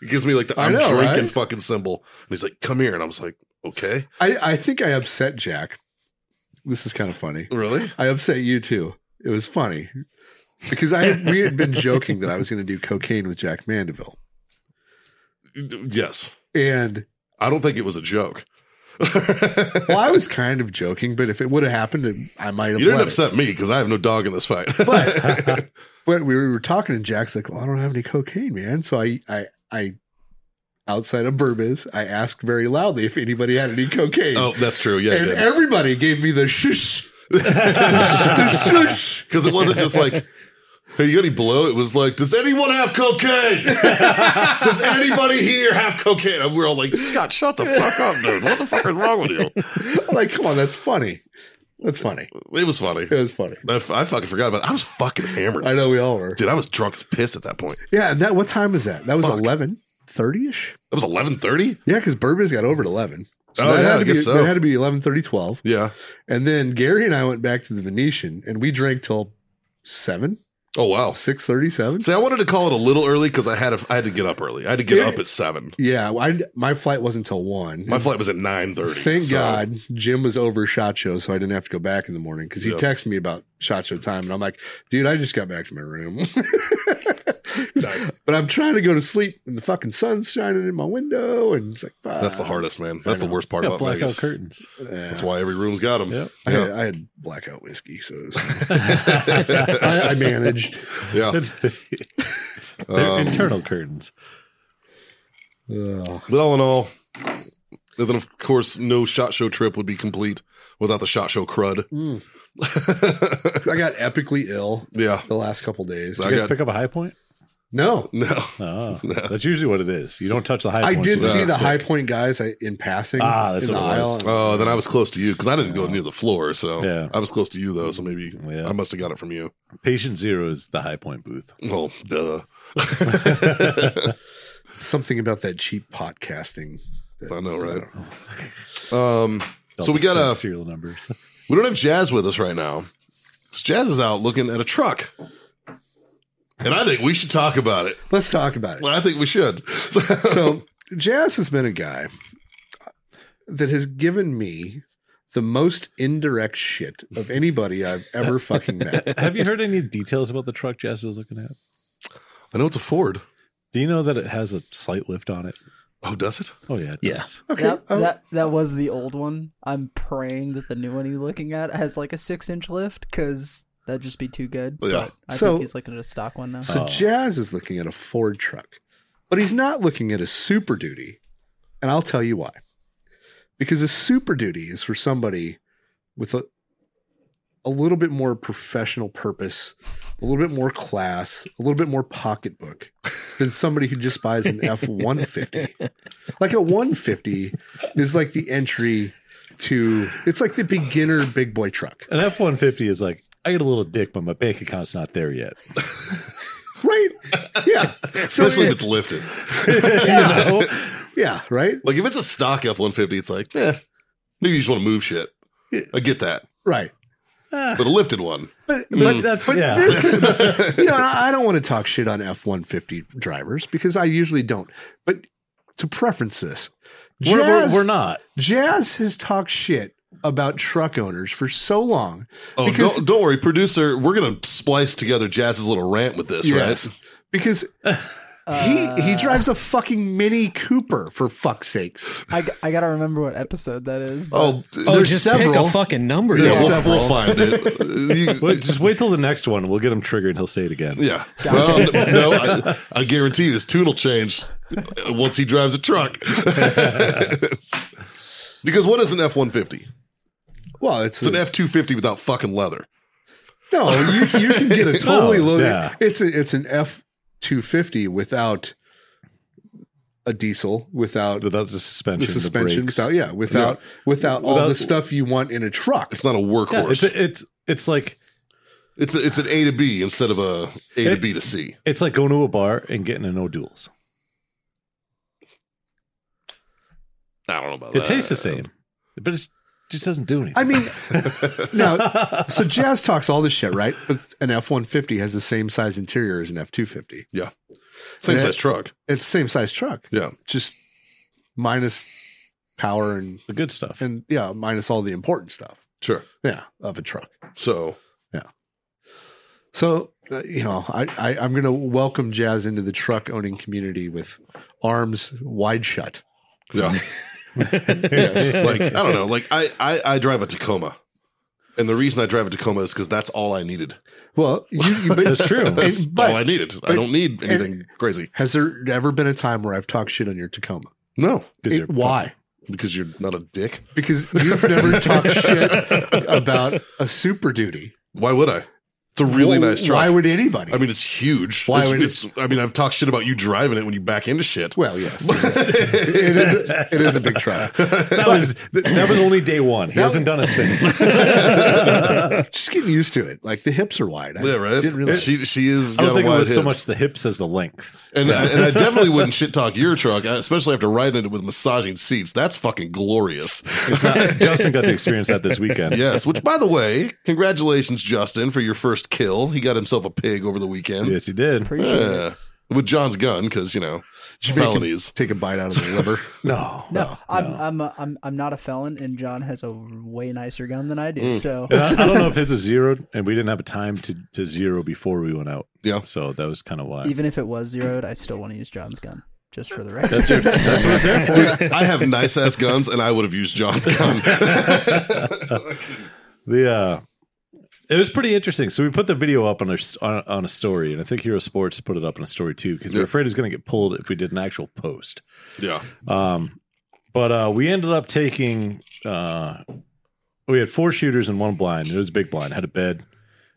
Speaker 1: He gives me like the
Speaker 4: I
Speaker 1: I'm
Speaker 4: know,
Speaker 1: drinking
Speaker 4: right?
Speaker 1: fucking symbol, and he's like, "Come here," and I was like, "Okay,
Speaker 4: I, I think I upset Jack. This is kind of funny.
Speaker 1: really?"
Speaker 4: I upset you too. It was funny because I we had been joking that I was going to do cocaine with Jack Mandeville,
Speaker 1: Yes,
Speaker 4: and
Speaker 1: I don't think it was a joke.
Speaker 4: well, I was kind of joking, but if it would have happened, it- I might have.
Speaker 1: You didn't
Speaker 4: let it.
Speaker 1: upset me because I have no dog in this fight.
Speaker 4: But- But we were talking, and Jack's like, "Well, I don't have any cocaine, man." So I, I, I, outside of Burbas, I asked very loudly if anybody had any cocaine,
Speaker 1: oh, that's true. Yeah,
Speaker 4: and
Speaker 1: yeah.
Speaker 4: everybody gave me the shush, the shush.
Speaker 1: because it wasn't just like, "Hey, you got any blow?" It was like, "Does anyone have cocaine? Does anybody here have cocaine?" And we're all like, "Scott, shut the fuck up, dude! What the fuck is wrong with you?"
Speaker 4: I'm like, come on, that's funny. That's funny.
Speaker 1: It was funny.
Speaker 4: It was funny.
Speaker 1: I, f- I fucking forgot about. it. I was fucking hammered,
Speaker 4: I know we all were.
Speaker 1: dude. I was drunk as piss at that point.
Speaker 4: Yeah. And that what time was that? That was
Speaker 1: Fuck.
Speaker 4: eleven thirty ish.
Speaker 1: That was eleven thirty.
Speaker 4: Yeah, because Burbas got over at eleven. So
Speaker 1: Oh,
Speaker 4: that
Speaker 1: yeah,
Speaker 4: had
Speaker 1: I
Speaker 4: to
Speaker 1: guess
Speaker 4: be
Speaker 1: so.
Speaker 4: that had to be 11, 30, 12.
Speaker 1: Yeah.
Speaker 4: And then Gary and I went back to the Venetian and we drank till seven,
Speaker 1: Oh wow.
Speaker 4: six thirty, seven.
Speaker 1: See, I wanted to call it a little early because I had to, I had to get up early. I had to get
Speaker 4: Yeah.
Speaker 1: up at seven.
Speaker 4: Yeah, I, my flight wasn't till one.
Speaker 1: My flight was at nine thirty.
Speaker 4: Thank God Jim was over shot show, so I didn't have to go back in the morning because he
Speaker 1: Yeah.
Speaker 4: texted me about shot show time, and I'm like, dude, I just got back to my room. But I'm trying to go to sleep, and the fucking sun's shining in my window, and it's like, fuck.
Speaker 1: That's the hardest, man. That's the worst part
Speaker 5: Yeah,
Speaker 1: about
Speaker 5: blackout
Speaker 1: Vegas.
Speaker 5: curtains.
Speaker 4: Yeah.
Speaker 1: That's why every room's got them.
Speaker 5: Yep.
Speaker 4: I,
Speaker 1: Yeah.
Speaker 4: had, I had blackout whiskey, so it was, I, I managed.
Speaker 1: Yeah.
Speaker 5: They're
Speaker 1: Um,
Speaker 5: internal curtains.
Speaker 1: But all in all, and then of course, no shot show trip would be complete without the shot show crud.
Speaker 4: I got epically ill
Speaker 1: Yeah.
Speaker 4: the last couple days.
Speaker 1: I
Speaker 5: You guys
Speaker 1: got-
Speaker 5: pick up a high point?
Speaker 4: No,
Speaker 1: No.
Speaker 5: Oh, that's usually what it is. You don't touch the high
Speaker 4: I
Speaker 5: point.
Speaker 4: did
Speaker 1: Yeah,
Speaker 4: see the
Speaker 1: sick.
Speaker 4: high point guys I- in passing
Speaker 5: Ah, that's
Speaker 4: in the
Speaker 5: what it
Speaker 4: aisle.
Speaker 5: was.
Speaker 1: Oh, then I was close to you because I didn't go near the floor. So
Speaker 5: Yeah.
Speaker 1: I was close to you though. So maybe
Speaker 5: Yeah.
Speaker 1: I must have got it from you.
Speaker 5: Patient zero is the high point booth.
Speaker 1: Well, duh.
Speaker 4: Something about that cheap podcasting.
Speaker 1: I know, right?
Speaker 4: I don't know.
Speaker 1: Um, so we got
Speaker 5: Double-stacked
Speaker 1: a.
Speaker 5: serial numbers.
Speaker 1: We don't have Jazz with us right now. 'Cause Jazz is out looking at a truck, and I think we should talk about it.
Speaker 4: Let's talk about it.
Speaker 1: Well, I think we should.
Speaker 4: so Jazz has been a guy that has given me the most indirect shit of anybody I've ever fucking met.
Speaker 5: Have you heard any details about the truck Jazz is looking at?
Speaker 1: I know it's a Ford.
Speaker 5: Do you know that it has a slight lift on it?
Speaker 1: Oh, does it?
Speaker 5: Oh yeah, it
Speaker 3: Yeah.
Speaker 5: does.
Speaker 4: Okay.
Speaker 6: That,
Speaker 4: oh,
Speaker 6: that that was the old one. I'm praying that the new one he's looking at has like a six inch lift because that'd just be too good.
Speaker 1: Yeah.
Speaker 6: But I
Speaker 4: So-
Speaker 6: think he's looking at a stock one now.
Speaker 4: so
Speaker 5: Oh.
Speaker 4: Jazz is looking at a Ford truck, but he's not looking at a Super Duty. And I'll tell you why. Because a Super Duty is for somebody with a a little bit more professional purpose, a little bit more class, a little bit more pocketbook than somebody who just buys an F one fifty. Like a one fifty is like the entry to it's like the beginner big boy truck.
Speaker 5: An F one fifty is like I get a little dick, but my bank account's not there yet.
Speaker 4: Right? Yeah. So
Speaker 1: Especially if
Speaker 4: it-
Speaker 1: it's lifted.
Speaker 5: You know?
Speaker 4: yeah, right?
Speaker 1: Like if it's a stock F one fifty, it's like, eh, maybe you just want to move shit. I get that,
Speaker 4: Right.
Speaker 5: Ah,
Speaker 1: but a lifted one,
Speaker 4: But
Speaker 5: but that's
Speaker 4: Mm. But
Speaker 5: yeah.
Speaker 4: this is, you know, I I don't want to talk shit on F one fifty drivers because I usually don't. But to preference this,
Speaker 5: we're, we're-
Speaker 4: Jazz,
Speaker 5: we're not.
Speaker 4: Jazz has talked shit about truck owners for so long.
Speaker 1: Oh,
Speaker 4: Because-
Speaker 1: don't, don't worry, producer. We're gonna splice together Jazz's little rant with this,
Speaker 4: Yes.
Speaker 1: right?
Speaker 4: Because he he drives a fucking Mini Cooper for fuck's sakes.
Speaker 6: I, I gotta remember what episode that is. but-
Speaker 1: Oh,
Speaker 3: Oh,
Speaker 1: there's
Speaker 3: just
Speaker 1: several.
Speaker 3: pick a fucking number.
Speaker 1: yeah,
Speaker 4: There's
Speaker 3: y'all.
Speaker 1: we'll-
Speaker 4: several.
Speaker 1: we'll find it. You-
Speaker 5: Wait, just wait till the next one. We'll get him triggered. and He'll say it again.
Speaker 1: yeah. Well, no, I, I guarantee you his tune will change uh, once he drives a truck. because what is an F one fifty?
Speaker 4: Well, it's,
Speaker 1: It's an
Speaker 4: a-
Speaker 1: F two fifty without fucking leather.
Speaker 4: no. You, you can
Speaker 1: Oh,
Speaker 4: get a totally
Speaker 5: No,
Speaker 4: loaded.
Speaker 5: yeah.
Speaker 4: It's a, it's an F two fifty without a diesel, without
Speaker 5: Without the suspension,
Speaker 4: the suspension,
Speaker 5: brakes.
Speaker 4: without yeah, without without all
Speaker 5: Without-
Speaker 4: the stuff you want in a truck.
Speaker 1: It's not a
Speaker 5: Yeah, it's
Speaker 1: workhorse.
Speaker 5: it's it's like
Speaker 1: it's a, it's an A to B instead of a A to
Speaker 5: It-
Speaker 1: B to C.
Speaker 5: it's like going to a bar and getting a no duels.
Speaker 1: I don't know about
Speaker 5: It
Speaker 1: that.
Speaker 5: tastes the same, but it just doesn't do anything.
Speaker 4: I mean, now, so Jazz talks all this shit, right? But an F one fifty has the same size interior as an F two fifty.
Speaker 1: Yeah. Same
Speaker 4: Yeah.
Speaker 1: size truck.
Speaker 4: It's the same size truck,
Speaker 1: Yeah.
Speaker 4: just minus power and
Speaker 5: the good stuff.
Speaker 4: and yeah, minus all the important stuff.
Speaker 1: Sure.
Speaker 4: Yeah, of a truck.
Speaker 1: So
Speaker 4: So uh, you know, I, I I'm gonna welcome Jazz into the truck owning community with arms wide shut.
Speaker 1: yeah. like I don't know. Like I, I I drive a Tacoma, and the reason I drive a Tacoma is because that's all I needed.
Speaker 4: Well, you, you but,
Speaker 5: That's true.
Speaker 1: That's
Speaker 4: but-
Speaker 1: all I needed. I don't need anything crazy.
Speaker 4: has there ever been a time where I've talked shit on your Tacoma?
Speaker 1: No,
Speaker 5: 'Cause
Speaker 4: It-
Speaker 5: you're
Speaker 4: why?
Speaker 1: because you're not a dick.
Speaker 4: because you've never talked shit about a super duty.
Speaker 1: Why would I? It's a really
Speaker 4: Well,
Speaker 1: nice truck.
Speaker 4: Why would anybody?
Speaker 1: I mean, it's huge.
Speaker 4: Why
Speaker 1: it's,
Speaker 4: would it-
Speaker 1: it's, I mean, I've talked shit about you driving it when you back into shit.
Speaker 4: well, yes, it is. A, it is a big truck.
Speaker 5: That was th- that was only day one. He
Speaker 4: That-
Speaker 5: hasn't done it since.
Speaker 4: Just getting used to it. Like the hips are wide. I
Speaker 1: yeah, right.
Speaker 4: Didn't realize.
Speaker 1: she she is.
Speaker 5: I
Speaker 1: got
Speaker 5: don't
Speaker 1: a
Speaker 5: think it
Speaker 1: wide
Speaker 5: was so
Speaker 1: hips.
Speaker 5: much the hips as the length.
Speaker 1: And, I, and I definitely wouldn't shit talk your truck, especially after riding it with massaging seats. That's fucking glorious.
Speaker 5: It's not, Justin got to experience that this weekend.
Speaker 1: Yes, which by the way, congratulations, Justin, for your first kill. He got himself a pig over the weekend.
Speaker 5: Yes, he did.
Speaker 6: Appreciate it.
Speaker 1: Yeah. With John's gun, because you know
Speaker 4: Make him
Speaker 1: felonies.
Speaker 4: Take a bite out of the liver.
Speaker 5: No,
Speaker 6: No, I'm I'm a, I'm I'm not a felon, and John has a way nicer gun than I do. So
Speaker 5: And I, I don't know if his was zeroed, and we didn't have time to, to zero before we went out.
Speaker 1: Yeah.
Speaker 5: So that was kind of why.
Speaker 6: even if it was zeroed, I still want to use John's gun, just for the record.
Speaker 1: I have nice ass guns, and I would have used John's gun.
Speaker 5: the uh, it was pretty interesting. So we put the video up on a s- on, on a story, and I think Hero Sports put it up on a story too because we were
Speaker 1: Yeah.
Speaker 5: afraid it was going to get pulled if we did an actual post.
Speaker 1: yeah,
Speaker 5: Um, but uh, we ended up taking uh, we had four shooters and one blind. It was a big blind, had a bed.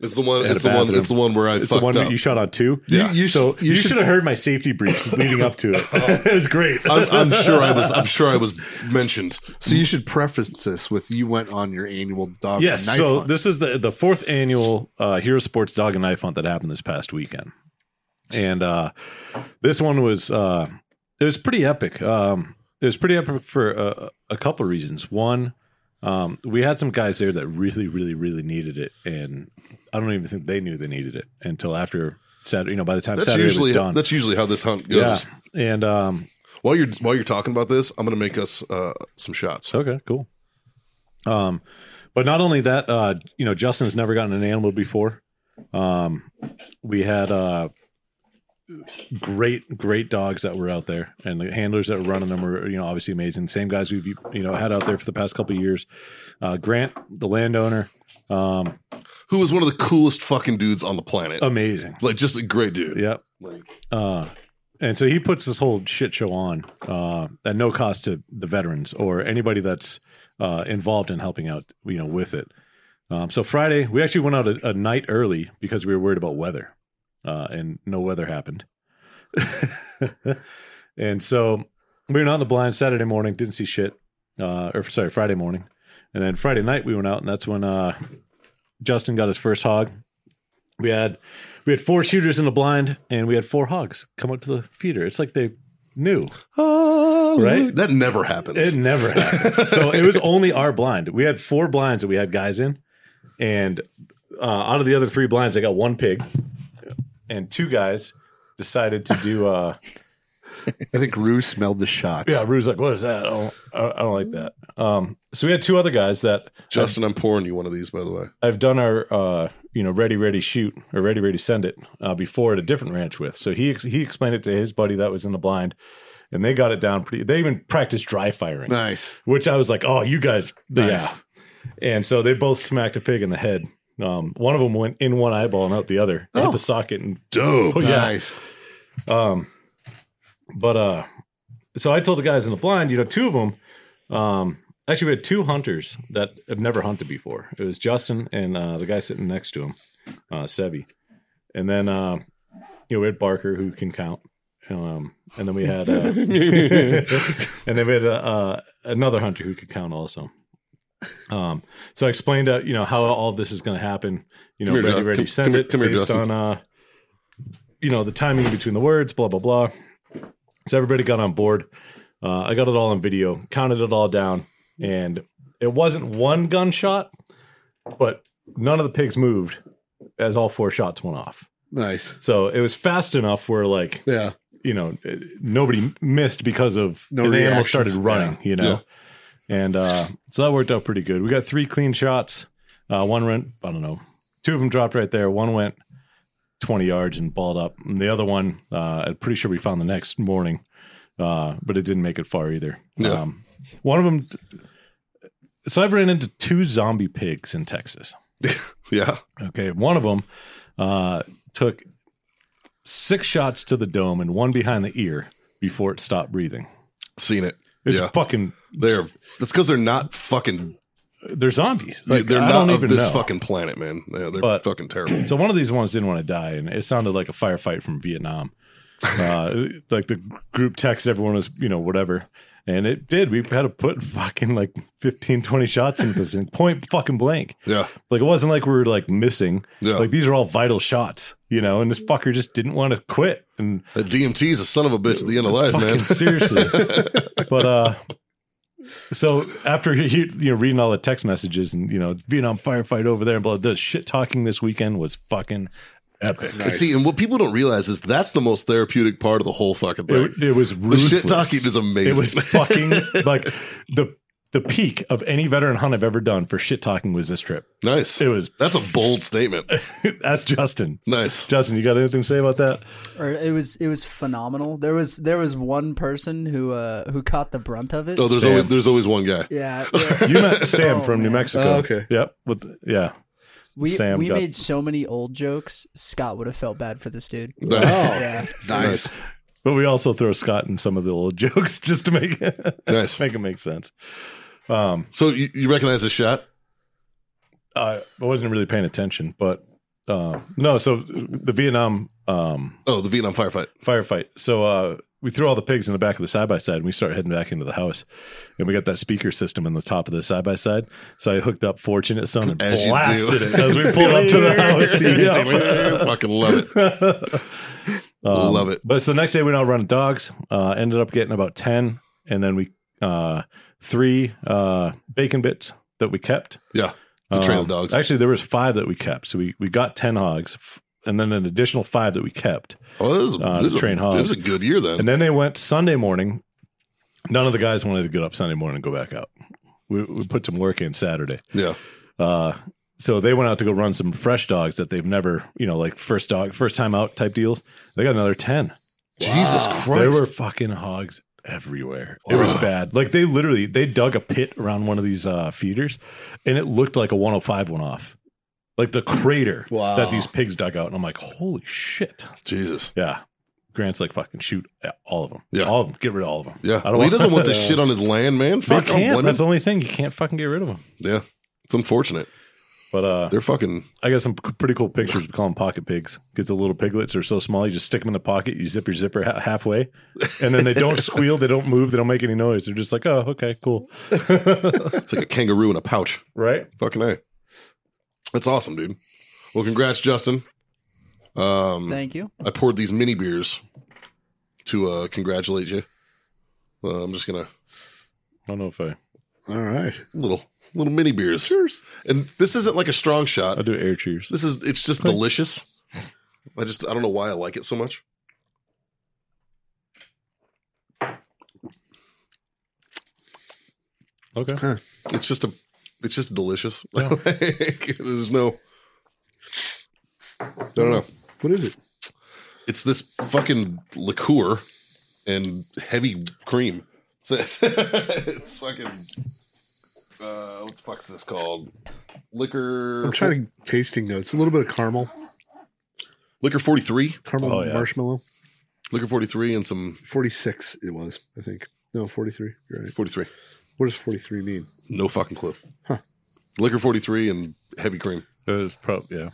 Speaker 1: it's the one.
Speaker 5: Had a
Speaker 1: It's the one.
Speaker 5: bathroom.
Speaker 1: It's the one where I
Speaker 5: It's the
Speaker 1: fucked
Speaker 5: one that
Speaker 1: up.
Speaker 5: you shot on two.
Speaker 1: Yeah.
Speaker 5: you, so you, should Oh. have heard my safety briefs leading up to it. it was great.
Speaker 1: I'm, I'm sure I was. I'm sure I was mentioned.
Speaker 4: So you should preface this with you went on your annual dog.
Speaker 5: yes
Speaker 4: knife
Speaker 5: so
Speaker 4: hunt.
Speaker 5: this is the the fourth annual uh hero sports dog and knife hunt that happened this past weekend and uh this one was uh it was pretty epic um it was pretty epic for uh, a couple of reasons one um we had some guys there that really really really needed it and i don't even think they knew they needed it until after saturday you know by the time
Speaker 1: That's
Speaker 5: saturday
Speaker 1: usually
Speaker 5: was done
Speaker 1: that's usually how this hunt goes.
Speaker 5: yeah and um
Speaker 1: While you're while you're talking about this, I'm gonna make us uh, some shots.
Speaker 5: Okay, cool. Um, but not only that, uh, you know, Justin's never gotten an animal before. Um, we had uh, great, great dogs that were out there, and the handlers that were running them were, you know, obviously amazing. Same guys we've you know had out there for the past couple of years. Uh, Grant, the landowner, um,
Speaker 1: Who was one of the coolest fucking dudes on the planet?
Speaker 5: amazing.
Speaker 1: like just a great dude.
Speaker 5: Yep. Uh, and so he puts this whole shit show on uh, at no cost to the veterans or anybody that's uh, involved in helping out, you know, with it. Um, so Friday, we actually went out a, a night early because we were worried about weather, uh, and no weather happened. and so we went out in the blind Saturday morning, didn't see shit, uh, or sorry, Friday morning, and then Friday night we went out, and that's when uh, Justin got his first hog. We had we had four shooters in the blind, and we had four hogs come up to the feeder. It's like they knew, right?
Speaker 1: Uh, That never happens.
Speaker 5: It never happens. so it was only our blind. We had four blinds that we had guys in, and uh, out of the other three blinds, I got one pig, and two guys decided to do. Uh,
Speaker 4: I think Rue smelled the shots.
Speaker 5: yeah, Rue's like, "What is that? I don't, I don't like that." Um, so we had two other guys that
Speaker 1: Justin, I'm pouring you one of these, by the way.
Speaker 5: I've done our uh, you know ready ready shoot or ready ready send it uh, before at a different ranch with. So he ex- he explained it to his buddy that was in the blind, and they got it down pretty. They even practiced dry firing,
Speaker 4: Nice.
Speaker 5: which I was like, oh, you guys, yeah.
Speaker 4: Nice.
Speaker 5: And so they both smacked a pig in the head. Um, one of them went in one eyeball and out the other, out
Speaker 4: Oh.
Speaker 5: the socket, and
Speaker 1: Dope.
Speaker 5: oh, yeah,
Speaker 4: Nice.
Speaker 5: um, but uh, so I told the guys in the blind, you know, two of them. Um, actually, we had two hunters that have never hunted before. It was Justin and uh, the guy sitting next to him, uh, Sevi, and then uh, you know we had Barker who can count. Um, and then we had, uh, and then we had uh, uh, another hunter who could count also. Um, so I explained, uh, you know, how all this is going to happen. You know,
Speaker 1: Come here,
Speaker 5: ready,
Speaker 1: Ju-
Speaker 5: ready,
Speaker 1: come-
Speaker 5: send
Speaker 1: come here-
Speaker 5: it
Speaker 1: come here,
Speaker 5: based
Speaker 1: Justin.
Speaker 5: on, uh, you know, the timing between the words, blah blah blah. So everybody got on board. Uh, I got it all on video, counted it all down, and it wasn't one gunshot, but none of the pigs moved as all four shots went off.
Speaker 4: Nice.
Speaker 5: So it was fast enough where like
Speaker 4: Yeah.
Speaker 5: you know eh, nobody missed because of
Speaker 4: No
Speaker 5: an animal
Speaker 4: reactions.
Speaker 5: started running. You know, and uh, so that worked out pretty good. We got three clean shots. Uh, one went, I don't know, two of them dropped right there. One went twenty yards and balled up, and the other one, uh, I'm pretty sure we found the next morning, uh, but it didn't make it far either.
Speaker 1: Yeah.
Speaker 5: Um, one of them. So I've ran into two zombie pigs in Texas.
Speaker 1: Yeah.
Speaker 5: Okay, one of them uh, took six shots to the dome and one behind the ear before it stopped breathing.
Speaker 1: Seen it.
Speaker 5: It's
Speaker 1: yeah.
Speaker 5: fucking
Speaker 1: They're that's because they're not fucking
Speaker 5: they're zombies. Like,
Speaker 1: they're
Speaker 5: I
Speaker 1: not
Speaker 5: don't
Speaker 1: of
Speaker 5: even
Speaker 1: this
Speaker 5: know.
Speaker 1: fucking planet, man. Yeah, they're
Speaker 5: But-
Speaker 1: fucking terrible.
Speaker 5: So one of these ones didn't want to die, and it sounded like a firefight from Vietnam. Uh, like the group text, everyone was, you know, whatever. And it did. We had to put fucking like 15, 20 shots into this thing, point fucking blank.
Speaker 1: Yeah,
Speaker 5: Like it wasn't like we were like missing.
Speaker 1: yeah.
Speaker 5: Like these are all vital shots, you know, and this fucker just didn't want to quit. And
Speaker 1: that DMT is a son of a bitch at the end of life,
Speaker 5: fucking
Speaker 1: man.
Speaker 5: seriously. but uh so after he, he- you know reading all the text messages and you know Vietnam firefight over there and blah the shit talking this weekend was fucking epic.
Speaker 1: And see, and what people don't realize is that's the most therapeutic part of the whole fucking thing.
Speaker 5: It, it was
Speaker 1: the
Speaker 5: ruthless.
Speaker 1: shit talking is amazing.
Speaker 5: It was fucking like the the peak of any veteran hunt I've ever done for shit talking was this trip.
Speaker 1: nice.
Speaker 5: It was
Speaker 1: That's a bold statement.
Speaker 5: that's Justin.
Speaker 1: Nice.
Speaker 5: Justin, you got anything to say about that?
Speaker 6: Or it was it was phenomenal. There was there was one person who uh who caught the brunt of it.
Speaker 1: Oh, there's
Speaker 5: Sam.
Speaker 1: always there's always one guy.
Speaker 6: yeah, yeah.
Speaker 5: You met Sam
Speaker 6: Oh,
Speaker 5: from New
Speaker 6: man.
Speaker 5: Mexico.
Speaker 4: Oh, okay.
Speaker 5: Yep. With yeah.
Speaker 6: we
Speaker 5: Sam
Speaker 6: we
Speaker 5: got-
Speaker 6: made so many old jokes. Scott would have felt bad for this dude.
Speaker 5: Oh,
Speaker 1: Nice.
Speaker 4: Oh.
Speaker 6: Yeah,
Speaker 4: nice.
Speaker 5: But we also throw Scott in some of the old jokes just to make
Speaker 1: Nice.
Speaker 5: make it make sense. Um,
Speaker 1: So you, you recognize this shot?
Speaker 5: I I wasn't really paying attention, but uh, no. So the Vietnam um,
Speaker 1: Oh, the Vietnam firefight.
Speaker 5: firefight. So uh, we threw all the pigs in the back of the side by side, and we start heading back into the house. And we got that speaker system in the top of the side by side. So I hooked up "Fortunate Son" and
Speaker 1: As you do.
Speaker 5: blasted it as we pulled up to the house. you know?
Speaker 1: Fucking love it.
Speaker 5: Um,
Speaker 1: Love it.
Speaker 5: But so the next day we went out running dogs. Uh, ended up getting about ten, and then we uh, three uh, bacon bits that we kept.
Speaker 1: Yeah. The trail
Speaker 5: Um,
Speaker 1: dogs.
Speaker 5: Actually, there was five that we kept. So we we got ten hogs, f- and then an additional five that we kept.
Speaker 1: Oh, that was, a-
Speaker 5: uh,
Speaker 1: it was
Speaker 5: the train
Speaker 1: a,
Speaker 5: hogs.
Speaker 1: It was a good year then.
Speaker 5: And then they went Sunday morning. None of the guys wanted to get up Sunday morning and go back out. We, we put some work in Saturday.
Speaker 1: yeah.
Speaker 5: Uh, so they went out to go run some fresh dogs that they've never, you know, like first dog, first time out type deals. They got another 10.
Speaker 1: Jesus Christ.
Speaker 5: There were fucking hogs everywhere. It was bad. Like they literally they dug a pit around one of these uh, feeders, and it looked like a 105 went off, like the crater
Speaker 4: Wow.
Speaker 5: that these pigs dug out. And I'm like, holy shit!
Speaker 1: Jesus.
Speaker 5: Yeah, Grant's like, fucking shoot eh, all of them.
Speaker 1: Yeah.
Speaker 5: all of them. Get rid of all of them.
Speaker 1: Yeah.
Speaker 5: I don't
Speaker 1: Well, he
Speaker 5: want-
Speaker 1: doesn't want this shit on his land, man.
Speaker 5: They
Speaker 1: Fuck I don't
Speaker 5: can't.
Speaker 1: blame
Speaker 5: That's the
Speaker 1: him.
Speaker 5: only thing. You can't fucking get rid of them.
Speaker 1: Yeah. It's unfortunate.
Speaker 5: But uh,
Speaker 1: They're fucking
Speaker 5: I got some p- pretty cool pictures. We call them pocket pigs because the little piglets are so small. You just stick them in the pocket. You zip your zipper ha- halfway, and then they don't squeal. They don't move. They don't make any noise. They're just like, oh, okay, cool,
Speaker 1: it's like a kangaroo in a pouch.
Speaker 5: right?
Speaker 1: Fucking A. That's awesome, dude. Well, congrats, Justin. Um
Speaker 6: thank you.
Speaker 1: I poured these mini beers to uh congratulate you. Uh, I'm just gonna
Speaker 5: I don't know if I.
Speaker 4: All right.
Speaker 1: little little mini beers.
Speaker 4: Cheers.
Speaker 1: And this isn't like a strong shot.
Speaker 5: I'll do air cheers.
Speaker 1: This is it's just delicious. I just I don't know why I like it so much.
Speaker 5: Okay.
Speaker 1: It's just a it's just delicious. Like, there's no I don't know.
Speaker 4: What is it?
Speaker 1: It's this fucking liqueur and heavy cream. That's it. it's fucking uh what the fuck's this called? Liquor
Speaker 4: I'm trying to tasting notes. A little bit of caramel,
Speaker 1: Liquor 43,
Speaker 4: caramel
Speaker 5: Oh, yeah.
Speaker 4: marshmallow.
Speaker 1: Liquor 43 and some
Speaker 4: 46 it was, I think. No, 43. You're right.
Speaker 1: 43.
Speaker 4: What does 43 mean?
Speaker 1: No fucking clue.
Speaker 4: Huh.
Speaker 1: Liquor 43 and heavy cream.
Speaker 5: It was probably yeah.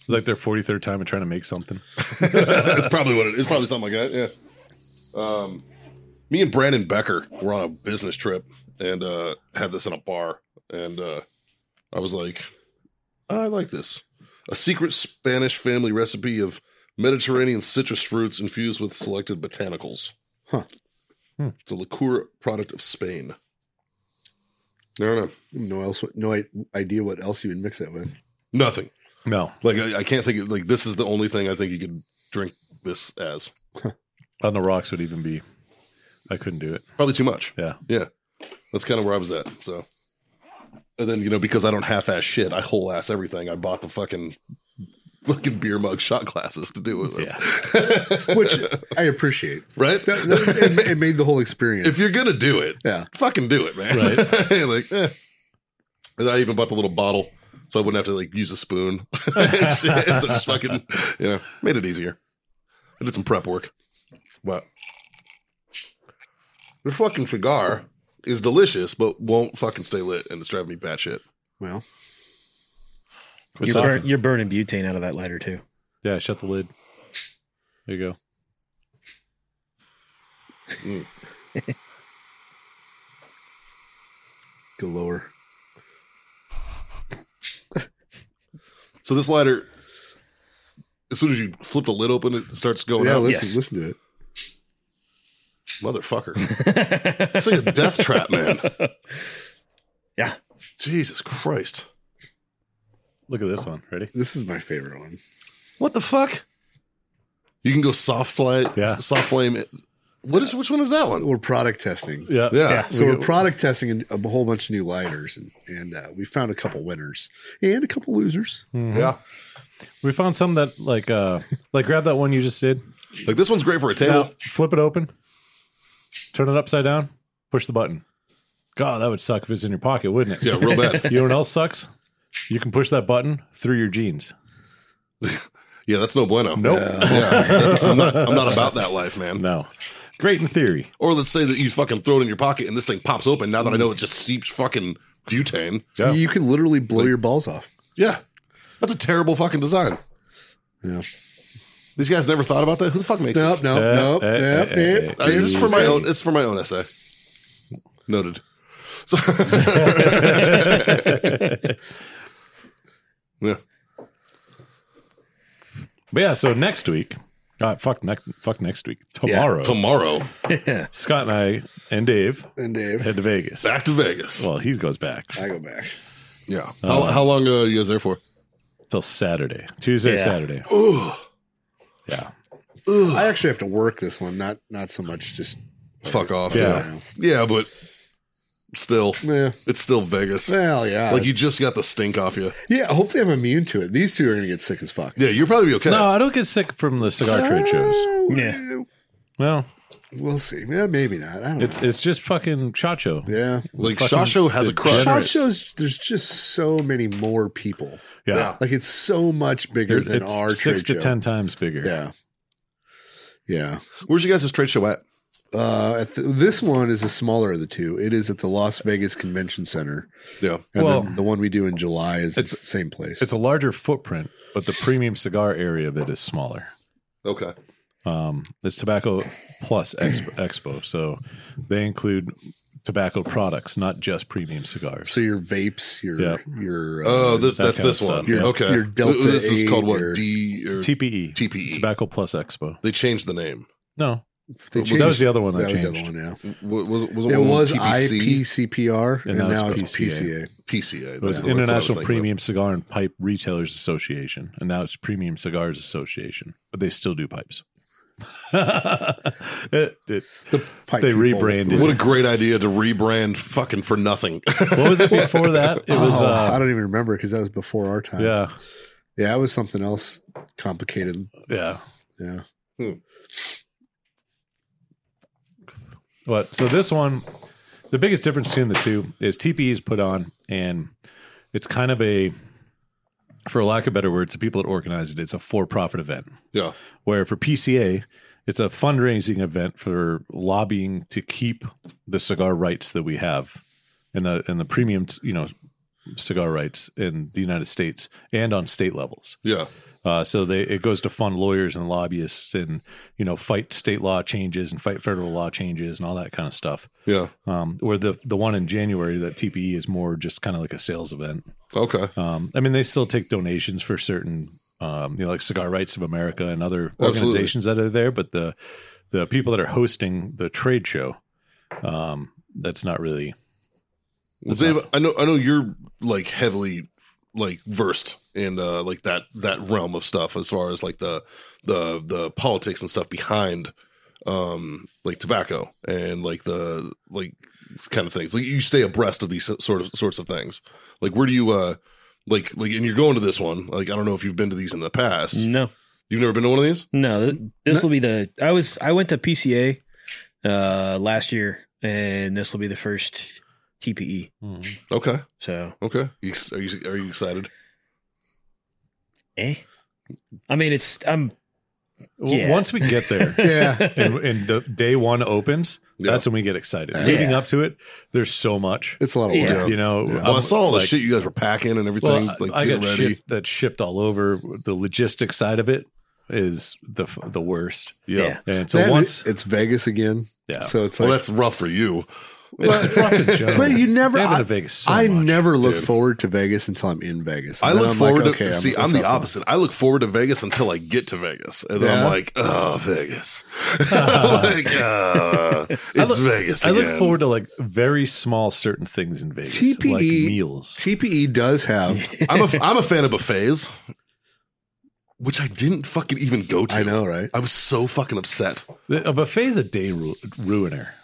Speaker 5: It's like their forty third time of trying to make something.
Speaker 1: That's probably what it is. It's probably something like that. Yeah. Um, me and Brandon Becker were on a business trip and uh, had this in a bar, and uh, I was like, I like this. A secret Spanish family recipe of Mediterranean citrus fruits infused with selected botanicals.
Speaker 4: Huh.
Speaker 1: It's a liqueur product of Spain. I don't know.
Speaker 4: No else no i- idea what else you would mix that with.
Speaker 1: Nothing.
Speaker 5: No,
Speaker 1: Like I, I can't think of like this is the only thing I think you could drink this as.
Speaker 5: on the rocks would even be. I couldn't do it.
Speaker 1: Probably too much.
Speaker 5: Yeah.
Speaker 1: Yeah. That's kind of where I was at. So, and then, you know, because I don't half ass shit, I whole ass everything. I bought the fucking fucking beer mug shot glasses to do it with.
Speaker 4: Which I appreciate.
Speaker 1: Right?
Speaker 4: That- that- it, ma- it made the whole experience.
Speaker 1: if you're going to do it,
Speaker 4: yeah.
Speaker 1: fucking do it, man. like, eh. And I even bought the little bottle so I wouldn't have to like use a spoon. Shit. so just fucking, you know, made it easier. I did some prep work. But this fucking cigar is delicious, but won't fucking stay lit, and it's driving me batshit.
Speaker 4: Well,
Speaker 3: You're,
Speaker 5: Wasaka.
Speaker 3: burn, you're burning butane out of that lighter too.
Speaker 5: Yeah, shut the lid. There you go.
Speaker 4: go lower.
Speaker 1: So this lighter, as soon as you flip the lid open, it starts going
Speaker 4: yeah,
Speaker 1: out.
Speaker 4: listen,
Speaker 3: yes.
Speaker 4: listen to it.
Speaker 1: Motherfucker, it's like a death trap, man.
Speaker 3: Yeah.
Speaker 1: Jesus Christ,
Speaker 5: Look at this one. Ready?
Speaker 4: This is my favorite one.
Speaker 1: what the fuck? You can go soft flame.
Speaker 5: Yeah.
Speaker 1: soft flame. it- What is which one is that one?
Speaker 4: We're product testing.
Speaker 5: Yeah.
Speaker 1: Yeah.
Speaker 4: So we're product testing a whole bunch of new lighters, and and uh, we found a couple winners and a couple losers.
Speaker 1: Yeah,
Speaker 5: We found some that like uh like grab that one you just did.
Speaker 1: like this one's great for a table.
Speaker 5: Now, flip it open. Turn it upside down. Push the button. God, that would suck if it's in your pocket, wouldn't it?
Speaker 1: Yeah, real bad.
Speaker 5: You know what else sucks? You can push that button through your jeans.
Speaker 1: Yeah, that's no bueno.
Speaker 5: Nope.
Speaker 1: Yeah, that's- I'm, not, I'm not about that life, man.
Speaker 5: No. Great in theory.
Speaker 1: Or let's say that you fucking throw it in your pocket and this thing pops open. Now that I know it just seeps fucking butane.
Speaker 5: Yeah.
Speaker 4: You can literally blow your balls off.
Speaker 1: Yeah. That's a terrible fucking design.
Speaker 4: Yeah.
Speaker 1: These guys never thought about that. Who the fuck makes
Speaker 4: Nope,
Speaker 1: this?
Speaker 4: nope,
Speaker 5: Uh,
Speaker 4: Oh, nope,
Speaker 5: uh,
Speaker 4: nope,
Speaker 5: uh,
Speaker 4: nope.
Speaker 5: uh,
Speaker 1: Uh, this is for my own. It's for my own essay. Noted. So, yeah.
Speaker 5: But yeah, so next week. God, fuck next fuck next week. Tomorrow.
Speaker 1: Tomorrow,
Speaker 5: Scott and I and Dave
Speaker 4: And Dave,
Speaker 5: head to Vegas.
Speaker 1: back to Vegas.
Speaker 5: Well, he goes back
Speaker 4: I go back.
Speaker 1: Yeah. How, how long uh, are you guys there for?
Speaker 5: till Saturday. Tuesday,
Speaker 3: Yeah.
Speaker 5: Saturday.
Speaker 1: Ooh,
Speaker 5: Yeah.
Speaker 4: I actually have to work this one, not not so much just
Speaker 1: fuck off.
Speaker 5: Yeah.
Speaker 1: Yeah, but still,
Speaker 4: yeah.
Speaker 1: it's still Vegas.
Speaker 4: Well, yeah.
Speaker 1: Like you just got the stink off you.
Speaker 4: yeah, hopefully I'm immune to it. These two are gonna get sick as fuck.
Speaker 1: Yeah, you'll probably be okay.
Speaker 5: No, I don't get sick from the cigar trade shows.
Speaker 4: Uh,
Speaker 3: Yeah.
Speaker 5: Well,
Speaker 4: We'll see. Yeah, maybe not. I don't
Speaker 5: it's
Speaker 4: know.
Speaker 5: it's just fucking chacho.
Speaker 4: yeah.
Speaker 1: like
Speaker 5: fucking
Speaker 1: Shasho has a crush.
Speaker 5: degenerate.
Speaker 4: Shot shows there's just so many more people.
Speaker 5: Yeah.
Speaker 4: Like it's so much bigger than
Speaker 5: it's
Speaker 4: our
Speaker 5: six
Speaker 4: trade
Speaker 5: to
Speaker 4: show.
Speaker 5: ten times bigger.
Speaker 4: Yeah. Yeah.
Speaker 1: Where's you guys' trade show at?
Speaker 4: Uh, at the, this one is the smaller of the two. It is at the Las Vegas Convention Center.
Speaker 1: Yeah.
Speaker 4: And
Speaker 5: Well-
Speaker 4: then the one we do in July is it's,
Speaker 5: It's-
Speaker 4: the same place.
Speaker 5: It's a larger footprint, but the premium cigar area of it is smaller.
Speaker 1: Okay.
Speaker 5: Um, it's tobacco plus expo, expo, so they include tobacco products, not just premium cigars.
Speaker 4: so your vapes, your
Speaker 5: Yeah.
Speaker 4: your uh,
Speaker 1: Oh, this
Speaker 5: that
Speaker 1: that's
Speaker 5: kind of
Speaker 1: this one.
Speaker 5: stuff, yeah.
Speaker 1: Okay.
Speaker 4: Your Delta
Speaker 1: this is called what?
Speaker 4: eight or-
Speaker 1: D or
Speaker 5: TPE,
Speaker 4: E.
Speaker 1: TPE.
Speaker 5: E. tobacco plus expo.
Speaker 1: They changed the name.
Speaker 5: No,
Speaker 4: they
Speaker 1: was-
Speaker 5: that was the other one that,
Speaker 4: that was the other
Speaker 5: changed.
Speaker 4: one. Yeah,
Speaker 1: W- Was it was it,
Speaker 4: it
Speaker 1: one
Speaker 4: was
Speaker 1: TPC?
Speaker 4: IPCPR and, now, it's PCA.
Speaker 5: PCA.
Speaker 1: PCA.
Speaker 5: It was
Speaker 1: the- what I was
Speaker 5: International
Speaker 1: thinking of.
Speaker 5: Premium Cigar and Pipe Retailers Association, and now it's Premium Cigars Association, but they still do pipes. It- it-
Speaker 4: The pipe
Speaker 5: they
Speaker 4: people.
Speaker 5: rebranded.
Speaker 1: What
Speaker 5: What,
Speaker 1: a great idea to rebrand fucking for nothing.
Speaker 5: was it before that? It was
Speaker 4: Oh, I
Speaker 5: uh,
Speaker 4: don't even remember because that was before our time.
Speaker 5: yeah,
Speaker 4: yeah, it was something else complicated.
Speaker 5: yeah.
Speaker 4: Yeah,
Speaker 5: But so this one, the biggest difference between the two is TPE is put on, and it's kind of a, for lack of better words, the people that organize it, it's a for-profit event.
Speaker 1: yeah.
Speaker 5: Where for PCA, it's a fundraising event for lobbying to keep the cigar rights that we have, and the and the premium, you know, cigar rights in the United States and on state levels.
Speaker 1: Yeah.
Speaker 5: Uh, so they it goes to fund lawyers and lobbyists and you know fight state law changes and fight federal law changes and all that kind of stuff.
Speaker 1: Yeah.
Speaker 5: Um, where the the one in January that TPE is more just kind of like a sales event.
Speaker 1: Okay.
Speaker 5: Um, I mean they still take donations for certain um, you know like Cigar Rights of America and other
Speaker 1: Absolutely.
Speaker 5: organizations that are there, but the the people that are hosting the trade show um, that's not really
Speaker 1: Well, Dave, I know I know you're like heavily like versed in uh like that that realm of stuff as far as like the the the politics and stuff behind um like tobacco and like the like kind of things. Like you stay abreast of these sort of sorts of things. Like where do you uh like like and you're going to this one. Like I don't know if you've been to these in the
Speaker 5: Mm.
Speaker 1: past.
Speaker 3: No,
Speaker 1: You've never been to one of these?
Speaker 3: no. th- This will be the. I was. I went to PCA uh, last year, and this will be the first TPE.
Speaker 1: Okay.
Speaker 3: So,
Speaker 1: Okay. You, ex- are you are you excited?
Speaker 3: eh. I mean, it's. I'm
Speaker 5: W-
Speaker 3: Yeah.
Speaker 5: Once we get there
Speaker 4: Yeah.
Speaker 5: and, and the day one opens,
Speaker 1: Yeah.
Speaker 5: that's when we get excited.
Speaker 4: Yeah.
Speaker 5: Leading up to it, there's so much.
Speaker 4: It's a lot of work.
Speaker 3: Yeah.
Speaker 5: You know,
Speaker 1: Well, I
Speaker 5: Oh, I'm,
Speaker 1: saw all the
Speaker 5: like-
Speaker 1: shit you guys were packing and
Speaker 5: Well,
Speaker 1: everything. like,
Speaker 5: I
Speaker 1: getting
Speaker 5: got
Speaker 1: ready.
Speaker 5: shit that shipped all over. The logistic side of it is the f- the worst.
Speaker 1: Yeah.
Speaker 3: Yeah.
Speaker 5: And so
Speaker 4: Then
Speaker 5: once,
Speaker 4: it- it's Vegas again.
Speaker 5: yeah,
Speaker 4: So it's
Speaker 1: Well,
Speaker 4: like
Speaker 1: that's rough for you.
Speaker 5: it's fucking general.
Speaker 4: But you never-
Speaker 5: They haven't
Speaker 4: I-
Speaker 5: been to Vegas so
Speaker 4: I
Speaker 5: much.
Speaker 4: never look
Speaker 1: dude.
Speaker 4: forward to Vegas until I'm in Vegas.
Speaker 1: I
Speaker 4: And then
Speaker 1: look
Speaker 4: I'm like,
Speaker 1: forward
Speaker 4: okay,
Speaker 1: to see. I'm
Speaker 4: that's
Speaker 1: the
Speaker 4: not fun.
Speaker 1: opposite. I look forward to Vegas until I get to Vegas, and then I'm
Speaker 4: Yeah.
Speaker 1: like, oh, Vegas. like, uh, it's
Speaker 5: look-
Speaker 1: Vegas.
Speaker 5: I look
Speaker 1: again.
Speaker 5: forward to like very small certain things in Vegas,
Speaker 4: TPE
Speaker 5: like meals.
Speaker 4: TPE E does have.
Speaker 1: I'm a I'm a fan of buffets, which I didn't fucking even go to.
Speaker 4: I know, right?
Speaker 1: I was so fucking upset.
Speaker 5: The- a buffet is a day ru- ruiner.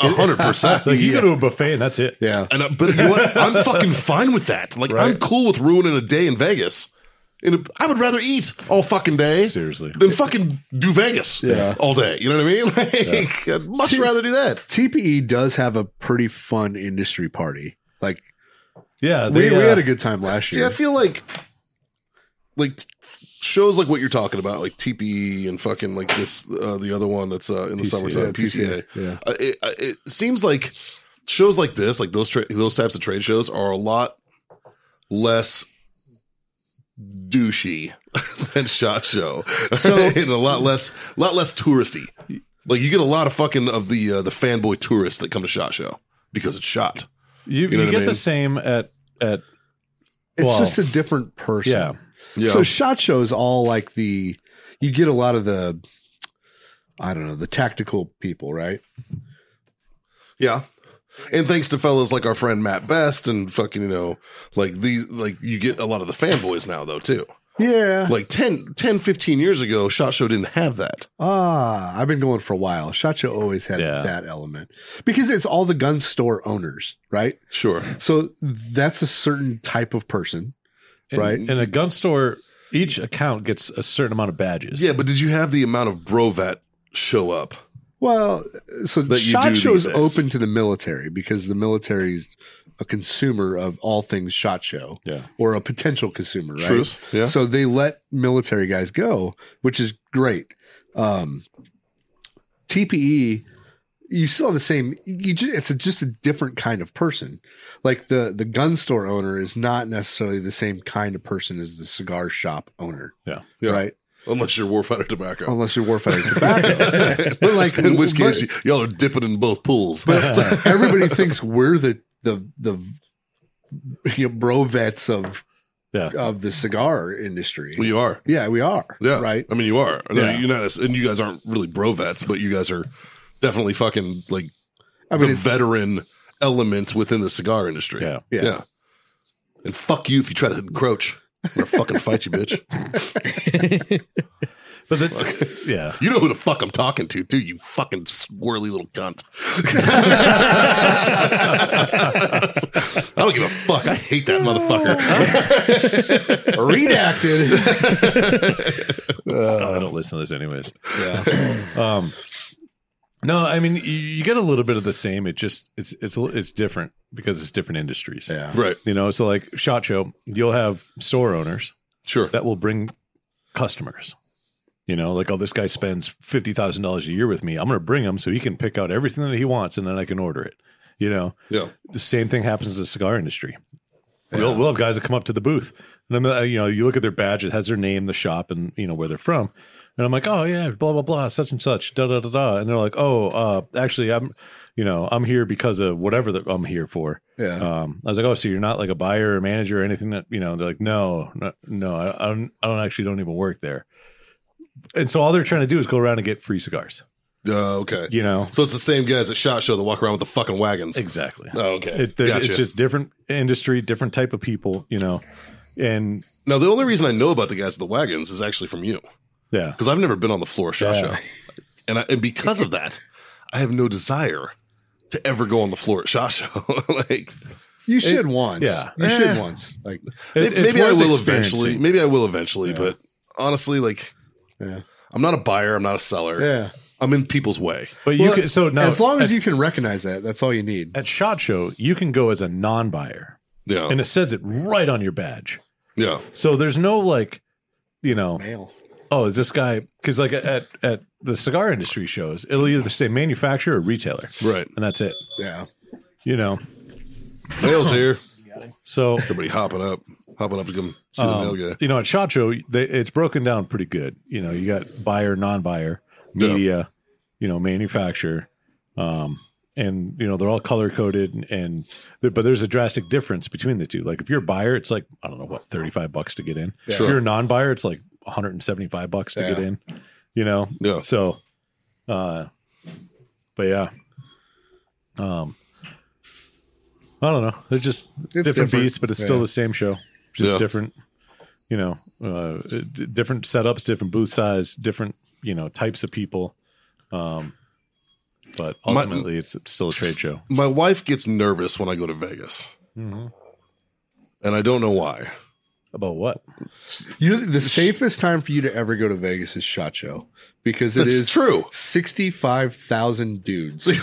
Speaker 1: A hundred percent.
Speaker 5: Like you go to a buffet and that's it.
Speaker 4: Yeah.
Speaker 1: And uh, but you know what? I'm fucking fine with that. Like I'm
Speaker 5: Right.
Speaker 1: cool with ruining a day in Vegas. And I would rather eat all fucking day
Speaker 5: Seriously.
Speaker 1: than fucking do Vegas
Speaker 4: Yeah.
Speaker 1: all day. You know what I mean? Like I'd much rather do that.
Speaker 4: TPE E does have a pretty fun industry party. Like
Speaker 5: Yeah,
Speaker 4: we,
Speaker 5: they,
Speaker 4: we
Speaker 5: uh,
Speaker 4: had a good time last
Speaker 1: See, I
Speaker 4: year.
Speaker 1: feel like like t- shows like what you're talking about, like TPE and fucking like this uh, the other one that's uh, in the
Speaker 5: PCA.
Speaker 1: summertime, PCA.
Speaker 4: Yeah.
Speaker 1: Uh, it, uh, it seems like shows like this, like those tra- those types of trade shows, are a lot less douchey than shot show, so
Speaker 4: So-
Speaker 1: and a lot less lot less touristy. Like you get a lot of fucking of the uh, the fanboy tourists that come to shot show because it's shot.
Speaker 5: you,
Speaker 1: know
Speaker 5: you
Speaker 1: what I
Speaker 5: get
Speaker 1: mean?
Speaker 5: the same at at
Speaker 4: It's
Speaker 5: Well,
Speaker 4: just a different person.
Speaker 5: yeah.
Speaker 1: Yeah.
Speaker 4: So shot show is all like the you get a lot of the I don't know, the tactical people, right?
Speaker 1: Yeah. And thanks to fellas like our friend Matt Best and fucking, you know, like these, like you get a lot of the fanboys now, though, too.
Speaker 4: Yeah.
Speaker 1: Like 10, 10 15 years ago, Shot Show didn't have that.
Speaker 4: Ah, I've been going for a while. Shot show always had
Speaker 5: Yeah.
Speaker 4: that element. Because it's all the gun store owners, right?
Speaker 1: Sure.
Speaker 4: So that's a certain type of person.
Speaker 5: In-
Speaker 4: Right.
Speaker 5: In a gun store, each account gets a certain amount of badges.
Speaker 1: Yeah, but did you have the amount of Brovat show up?
Speaker 4: Well, so
Speaker 1: That you
Speaker 4: shot
Speaker 1: do
Speaker 4: show
Speaker 1: these
Speaker 4: is
Speaker 1: days.
Speaker 4: open to the military because the military is a consumer of all things shot show.
Speaker 5: Yeah.
Speaker 4: Or a potential consumer, right?
Speaker 1: Truth, yeah.
Speaker 4: So they let military guys go, which is great. Um, TPE, you still have the same. You just, it's a, just a different kind of person. Like the the gun store owner is not necessarily the same kind of person as the cigar shop owner,
Speaker 1: Yeah.
Speaker 4: right?
Speaker 1: Unless you're Warfighter Tobacco.
Speaker 4: Unless you're warfighter tobacco, Oh, but like
Speaker 1: in which
Speaker 4: but-
Speaker 1: case, y- y'all are dipping in both pools. So-
Speaker 4: everybody thinks we're the the the you know, bro vets of
Speaker 5: Yeah.
Speaker 4: of the cigar industry.
Speaker 1: well, you are.
Speaker 4: yeah, we are.
Speaker 1: Yeah.
Speaker 4: right.
Speaker 1: I mean, you are. I know
Speaker 4: Yeah.
Speaker 1: You're not, and you guys aren't really Brovets, but you guys are definitely fucking like
Speaker 4: I mean,
Speaker 1: the
Speaker 4: it-
Speaker 1: veteran element within the cigar industry.
Speaker 5: Yeah.
Speaker 1: Yeah.
Speaker 4: Yeah.
Speaker 1: And fuck you if you try to encroach. I'm gonna fucking fight you, bitch.
Speaker 5: But the, yeah.
Speaker 1: You know who the fuck I'm talking to, too, you fucking swirly little cunt. I don't give a fuck. I hate that motherfucker.
Speaker 4: redacted.
Speaker 5: I don't listen to this anyways. Yeah. um, no, I mean you, you get a little bit of the same. It just it's it's a li- it's different because it's different industries.
Speaker 4: yeah,
Speaker 1: Right.
Speaker 5: You know, so like shot show, you'll have store owners
Speaker 1: Sure.
Speaker 5: that will bring customers. You know, like oh, this guy spends fifty thousand dollars a year with me. I'm going to bring him so he can pick out everything that he wants, and then I can order it. You know,
Speaker 1: Yeah.
Speaker 5: the same thing happens in the cigar industry. We'll, we'll have guys that come up to the booth, and I'm, uh, you know, you look at their badge; it has their name, the shop, and you know where they're from. And I'm like, oh yeah, blah blah blah, such and such, da da da da. And they're like, oh, uh, actually, I'm, you know, I'm here because of whatever that I'm here for.
Speaker 4: yeah.
Speaker 5: Um, I was like, oh, so you're not like a buyer or manager or anything that you know? They're like, no, no, no I, I don't, I don't actually don't even work there. And so all they're trying to do is go around and get free cigars.
Speaker 1: Uh, okay.
Speaker 5: You know,
Speaker 1: So it's the same guys at Shot Show that walk around with the fucking wagons.
Speaker 5: exactly.
Speaker 1: Oh, okay.
Speaker 5: It, they're-
Speaker 1: gotcha.
Speaker 5: It's just different industry, different type of people. You know, and
Speaker 1: now, the only reason I know about the guys with the wagons is actually from you.
Speaker 5: yeah,
Speaker 1: because I've never been on the floor of Shot
Speaker 5: Yeah.
Speaker 1: Show, and I, and because of that, I have no desire to ever go on the floor at Shot Show. like
Speaker 4: You should once.
Speaker 5: yeah.
Speaker 4: you
Speaker 1: Eh.
Speaker 4: should once. Like,
Speaker 5: It's- it's
Speaker 1: maybe I
Speaker 5: worth
Speaker 1: will
Speaker 5: experiencing.
Speaker 1: eventually. Maybe I will eventually. But honestly, like
Speaker 4: yeah,
Speaker 1: I'm not a buyer. I'm not a seller.
Speaker 4: yeah.
Speaker 1: I'm in people's way.
Speaker 5: But you
Speaker 4: Well,
Speaker 5: can so now
Speaker 4: as long as
Speaker 5: at,
Speaker 4: you can recognize that, that's all you need.
Speaker 5: at Shot Show you can go as a non-buyer,
Speaker 1: Yeah,
Speaker 5: and it says it right on your badge.
Speaker 1: yeah.
Speaker 5: So there's no like, you know,
Speaker 4: Male.
Speaker 5: oh, is this guy? Because like at at the cigar industry shows, it'll either say manufacturer or retailer,
Speaker 1: Right.
Speaker 5: and that's it.
Speaker 4: Yeah.
Speaker 5: You know,
Speaker 1: Mail's here.
Speaker 5: so
Speaker 1: Everybody hopping up, hopping up to come see the
Speaker 5: Um,
Speaker 1: mail guy.
Speaker 5: You know, at Shot Show, they, it's broken down pretty good. You know, you got buyer, non-buyer,
Speaker 1: Yeah.
Speaker 5: media, you know, manufacturer, um, and you know they're all color coded, and, and there- but there's a drastic difference between the two. Like if you're a buyer, it's like I don't know what thirty five bucks to get in.
Speaker 1: Sure.
Speaker 5: If you're a non-buyer, it's like one hundred and seventy five bucks to get
Speaker 4: Yeah.
Speaker 5: in. You know,
Speaker 1: Yeah.
Speaker 5: so, uh, but yeah, um, I don't know. They're just different,
Speaker 4: different.
Speaker 5: beasts, but it's still
Speaker 4: Yeah.
Speaker 5: the same show, just
Speaker 1: Yeah.
Speaker 5: different. You know, uh, d- different setups, different booth size, different you know types of people. Um, but
Speaker 1: My-
Speaker 5: ultimately, it's still a trade show.
Speaker 1: My wife gets nervous when I go to Vegas, and I don't know why.
Speaker 5: About what?
Speaker 4: You know, the safest time for you to ever go to Vegas is Shot Show because it
Speaker 1: That's
Speaker 4: is
Speaker 1: true.
Speaker 4: Sixty-five thousand dudes,